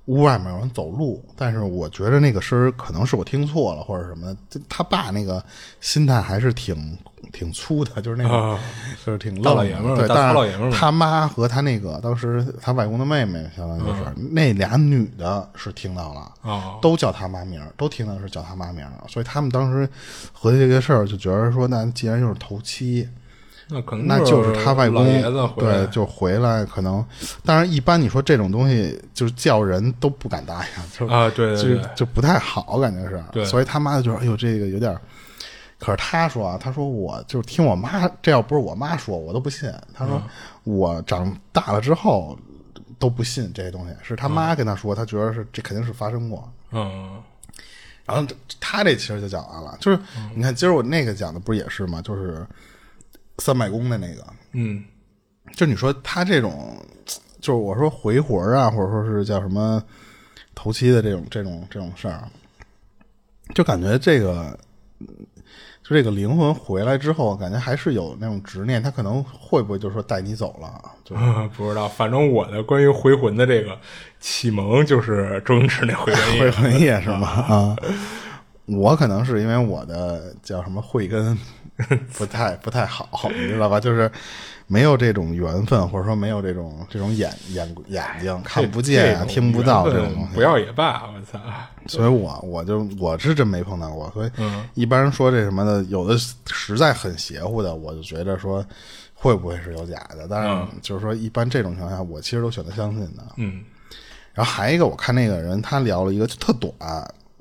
[SPEAKER 2] 屋外面有人走路，但是我觉得那个声儿可能是我听错了或者什么的。就她爸那个心态还是挺挺粗的，就是那种、
[SPEAKER 3] 啊
[SPEAKER 2] 就是挺
[SPEAKER 3] 大
[SPEAKER 2] 愣
[SPEAKER 3] 老
[SPEAKER 2] 的
[SPEAKER 3] 爷们儿
[SPEAKER 2] 对，
[SPEAKER 3] 大
[SPEAKER 2] 但
[SPEAKER 3] 糙
[SPEAKER 2] 是
[SPEAKER 3] 老爷们儿嘛
[SPEAKER 2] 他妈和他那个当时他外公的妹妹，相当于是、
[SPEAKER 3] 嗯
[SPEAKER 2] 那俩女的是听到了，
[SPEAKER 3] 哦，
[SPEAKER 2] 都叫他妈名儿，都听到是叫他妈名儿，所以他们当时合计这个事儿，就觉得说，那既然又是头七，
[SPEAKER 3] 那可能
[SPEAKER 2] 那就是他外公
[SPEAKER 3] 老爷子回来
[SPEAKER 2] 对，就回来可能。当然，一般你说这种东西就是叫人都不敢答应，就是
[SPEAKER 3] 啊，对对
[SPEAKER 2] 就
[SPEAKER 3] 对，
[SPEAKER 2] 就不太好，感觉
[SPEAKER 3] 对
[SPEAKER 2] 是。所以他妈就觉得，哎呦，这个有点儿。可是他说啊，他说我就是听我妈，这要不是我妈说，我都不信。他
[SPEAKER 3] 嗯
[SPEAKER 2] 说我长大了之后都不信这些东西，是他妈跟他说，他觉得是这肯定是发生过。
[SPEAKER 3] 嗯
[SPEAKER 2] 然后这他这其实就讲完了，就是
[SPEAKER 3] 嗯
[SPEAKER 2] 你看今儿我那个讲的不是也是吗？就是三百公的那个，
[SPEAKER 3] 嗯 (laughs)
[SPEAKER 2] 就你说他这种，就是我说回魂儿啊，或者说是叫什么头七的这种这种这种事儿，啊就感觉这个，嗯就这个灵魂回来之后，感觉还是有那种执念，他可能会不会就说带你走了？就
[SPEAKER 3] 嗯，不知道，反正我的关于回魂的这个启蒙就是周星驰
[SPEAKER 2] (laughs)
[SPEAKER 3] 那回魂
[SPEAKER 2] 回
[SPEAKER 3] 夜。
[SPEAKER 2] 魂夜是吗？啊，我可能是因为我的叫什么慧
[SPEAKER 3] (laughs)
[SPEAKER 2] 根不太不太好，你知道吧？就是没有这种缘分，或者说没有这种这种眼眼眼睛看不见啊、
[SPEAKER 3] 这种
[SPEAKER 2] 听不到这
[SPEAKER 3] 缘
[SPEAKER 2] 种
[SPEAKER 3] 分
[SPEAKER 2] 东西，
[SPEAKER 3] 不要也罢，我操！啊
[SPEAKER 2] 所以我我就我是真没碰到过，所以
[SPEAKER 3] 嗯
[SPEAKER 2] 一般人说这什么的，有的实在很邪乎的，我就觉得说会不会是有假的？但是就是说，一般这种情况下，我其实都选择相信的。
[SPEAKER 3] 嗯
[SPEAKER 2] 然后还有一个，我看那个人他聊了一个就特短，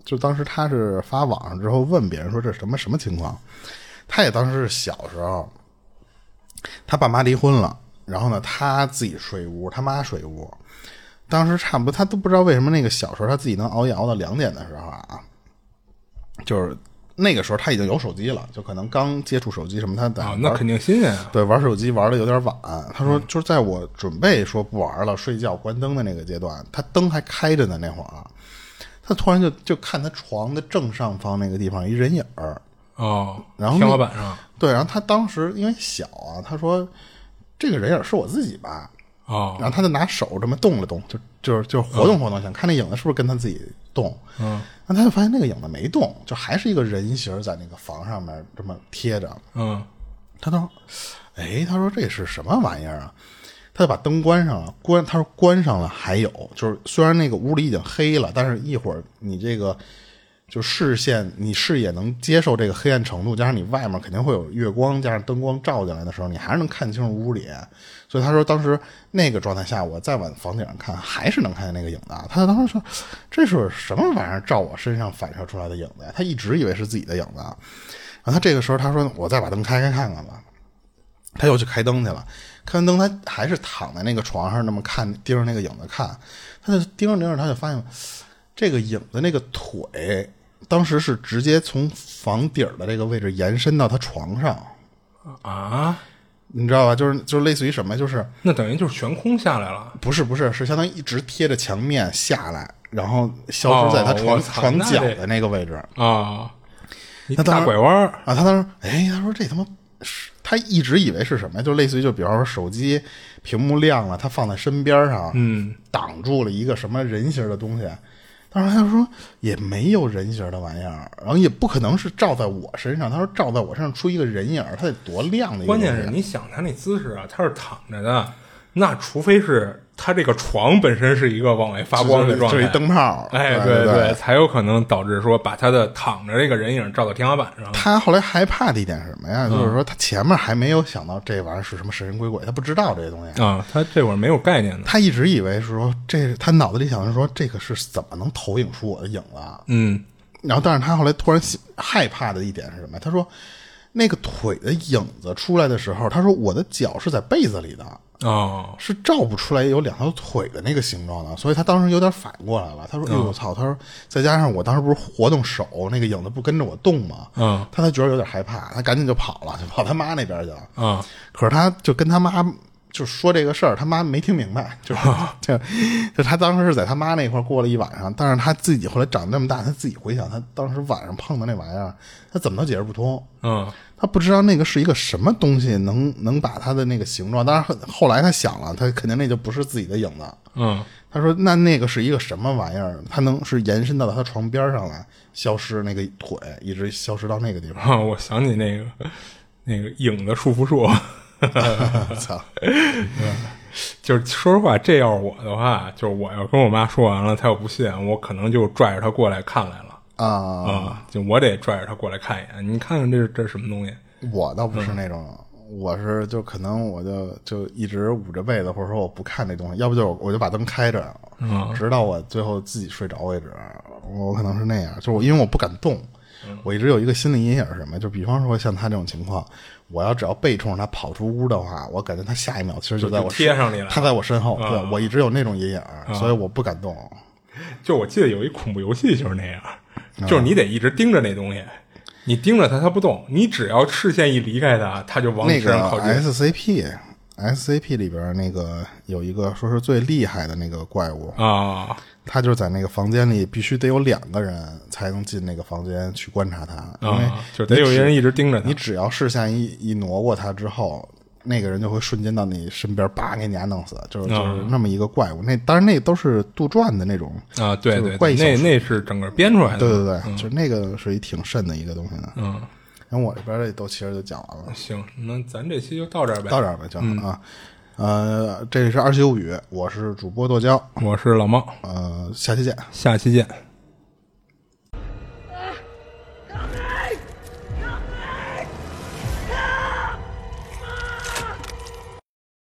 [SPEAKER 2] 就当时他是发网上之后问别人说这什么什么情况，他也当时是小时候，他爸妈离婚了，然后呢他自己睡一屋，他妈睡一屋，当时差不多他都不知道为什么那个小时候他自己能熬夜熬到两点的时候啊，就是那个时候他已经有手机了，就可能刚接触手机什么，他在
[SPEAKER 3] 啊，
[SPEAKER 2] 玩
[SPEAKER 3] 那肯定新鲜啊。
[SPEAKER 2] 对，玩手机玩的有点晚。他说，就是在我准备说不玩了、睡觉关灯的那个阶段，他灯还开着呢，那会儿啊，他突然就就看他床的正上方那个地方一人影儿。
[SPEAKER 3] 哦，
[SPEAKER 2] 然后那
[SPEAKER 3] 天花板上
[SPEAKER 2] 对，然后他当时因为小啊，他说这个人影儿是我自己吧，
[SPEAKER 3] 哦，
[SPEAKER 2] 然后他就拿手这么动了动，就就是就是活动活动，想看那影子是不是跟他自己动。嗯，然后他就发现那个影子没动，就还是一个人形儿在那个房上面这么贴着。
[SPEAKER 3] 嗯
[SPEAKER 2] 他说：“哎，他说这是什么玩意儿啊？”他就把灯关上了，关他说关上了，还有就是虽然那个屋里已经黑了，但是一会儿你这个就视线你视野能接受这个黑暗程度，加上你外面肯定会有月光，加上灯光照进来的时候，你还是能看清楚屋里。所以他说当时那个状态下，我再往房顶上看，还是能看见那个影子啊。他当时说这是什么玩意儿照我身上反射出来的影子呀？他一直以为是自己的影子啊。然后他这个时候他说：“我再把灯开开看看吧。”他又去开灯去了。开完灯，他还是躺在那个床上那么看，盯着那个影子看。他就盯着盯着，他就发现这个影子那个腿，当时是直接从房顶儿的这个位置延伸到他床上，
[SPEAKER 3] 啊，
[SPEAKER 2] 你知道吧？就是就是类似于什么，就是
[SPEAKER 3] 那等于就是悬空下来了。
[SPEAKER 2] 不是不是，是相当于一直贴着墙面下来，然后消失在他
[SPEAKER 3] 哦
[SPEAKER 2] 床、
[SPEAKER 3] 我操
[SPEAKER 2] 床
[SPEAKER 3] 那
[SPEAKER 2] 角
[SPEAKER 3] 得
[SPEAKER 2] 的那个位置。
[SPEAKER 3] 啊，一
[SPEAKER 2] 那当
[SPEAKER 3] 大
[SPEAKER 2] 然
[SPEAKER 3] 拐弯儿，
[SPEAKER 2] 啊，他当时，哎，他说这他妈是，他一直以为是什么呀？就类似于就比方说手机屏幕亮了，他放在身边上，
[SPEAKER 3] 嗯，
[SPEAKER 2] 挡住了一个什么人形的东西。当时他就说也没有人形的玩意儿，然后也不可能是照在我身上。他说照在我身上出一个人影儿，他得多亮的一个
[SPEAKER 3] 关
[SPEAKER 2] 东西啊！
[SPEAKER 3] 键是你想他那姿势啊，他是躺着的，那除非是他这个床本身是一个往外发光的状态，
[SPEAKER 2] 就是一灯泡。
[SPEAKER 3] 哎，
[SPEAKER 2] 对
[SPEAKER 3] 对才有可能导致说把他的躺着这个人影照到天花板上。
[SPEAKER 2] 他后来害怕的一点是什么
[SPEAKER 3] 嗯
[SPEAKER 2] 呀？就是说他前面还没有想到这玩意儿是什么神神鬼鬼，他不知道这些东西。
[SPEAKER 3] 啊，他这会儿没有概念的，
[SPEAKER 2] 他一直以为是说这他脑子里想的是说这个是怎么能投影出我的影子啊？
[SPEAKER 3] 嗯，
[SPEAKER 2] 然后，但是他后来突然喜害怕的一点是什么呀？他说那个腿的影子出来的时候，他说我的脚是在被子里的，
[SPEAKER 3] 哦，
[SPEAKER 2] 是照不出来有两条腿的那个形状的，所以他当时有点反过来了。他说：“哎呦我操！”他说：“再加上我当时不是活动手，那个影子不跟着我动吗？”
[SPEAKER 3] 嗯，
[SPEAKER 2] 他才觉得有点害怕，他赶紧就跑了，就跑他妈那边去了。
[SPEAKER 3] 啊，
[SPEAKER 2] 可是他就跟他妈就说这个事儿，他妈没听明白，就是就就他当时是在他妈那块儿过了一晚上，但是他自己后来长这么大，他自己回想他当时晚上碰的那玩意儿，他怎么都解释不通。
[SPEAKER 3] 嗯，
[SPEAKER 2] 他不知道那个是一个什么东西能能把他的那个形状，当然后后来他想了，他肯定那就不是自己的影子。
[SPEAKER 3] 嗯，
[SPEAKER 2] 他说：“那那个是一个什么玩意儿？它能是延伸到他床边上来，消失那个腿，一直消失到那个地方。”
[SPEAKER 3] 啊， (laughs) 我想起那个那个影子束缚术。 (laughs)
[SPEAKER 2] 操！
[SPEAKER 3] 就是说实话，这要是我的话，就是我要跟我妈说完了，她要不信，我可能就拽着她过来看来了
[SPEAKER 2] 啊、
[SPEAKER 3] 啊、就我得拽着她过来看一眼，你看看这是这是什么东西？
[SPEAKER 2] 我倒不是那种，我是就可能我就就一直捂着被子，或者说我不看这东西，要不就我就把灯开着，
[SPEAKER 3] 嗯
[SPEAKER 2] 直到我最后自己睡着为止。我可能是那样，就是我因为我不敢动，
[SPEAKER 3] 嗯
[SPEAKER 2] 我一直有一个心理阴影是什么？就比方说像他这种情况，我要只要背冲着他跑出屋的话，我感觉他下一秒其实
[SPEAKER 3] 就
[SPEAKER 2] 在我
[SPEAKER 3] 就贴
[SPEAKER 2] 身
[SPEAKER 3] 上你了嗯
[SPEAKER 2] 他在我身后。
[SPEAKER 3] 啊
[SPEAKER 2] 对我一直有那种阴影，所以我不敢动。
[SPEAKER 3] 就我记得有一恐怖游戏就是那样，
[SPEAKER 2] 啊
[SPEAKER 3] 就是你得一直盯着那东西，你盯着它它不动，你只要视线一离开它，它就往你
[SPEAKER 2] 那
[SPEAKER 3] 身
[SPEAKER 2] 个
[SPEAKER 3] 上靠近。
[SPEAKER 2] SCP SCP 里边那个有一个说是最厉害的那个怪物，
[SPEAKER 3] 啊
[SPEAKER 2] 他就是在那个房间里必须得有两个人才能进那个房间去观察他，因为
[SPEAKER 3] 啊，就得有
[SPEAKER 2] 你
[SPEAKER 3] 一
[SPEAKER 2] 只
[SPEAKER 3] 人一直盯着它
[SPEAKER 2] 你只要视线一一挪过他之后，那个人就会瞬间到你身边，叭给你丫弄死，就是就是那么一个怪物。那当然那都是杜撰的那种，
[SPEAKER 3] 啊，对
[SPEAKER 2] 就是
[SPEAKER 3] 对，
[SPEAKER 2] 怪
[SPEAKER 3] 对
[SPEAKER 2] 异
[SPEAKER 3] 那
[SPEAKER 2] 小说
[SPEAKER 3] 那是整个编出来的。
[SPEAKER 2] 对对对，就是那个是一挺瘆的一个东西呢。
[SPEAKER 3] 嗯，
[SPEAKER 2] 然后我这边这都其实就讲完了，
[SPEAKER 3] 行，那咱这期就到这儿呗。
[SPEAKER 2] 到这儿吧，就、啊。
[SPEAKER 3] 嗯
[SPEAKER 2] 呃，这里是二七物语，我是主播剁椒，
[SPEAKER 3] 我是老猫，
[SPEAKER 2] 呃，下期见。
[SPEAKER 3] 下期见。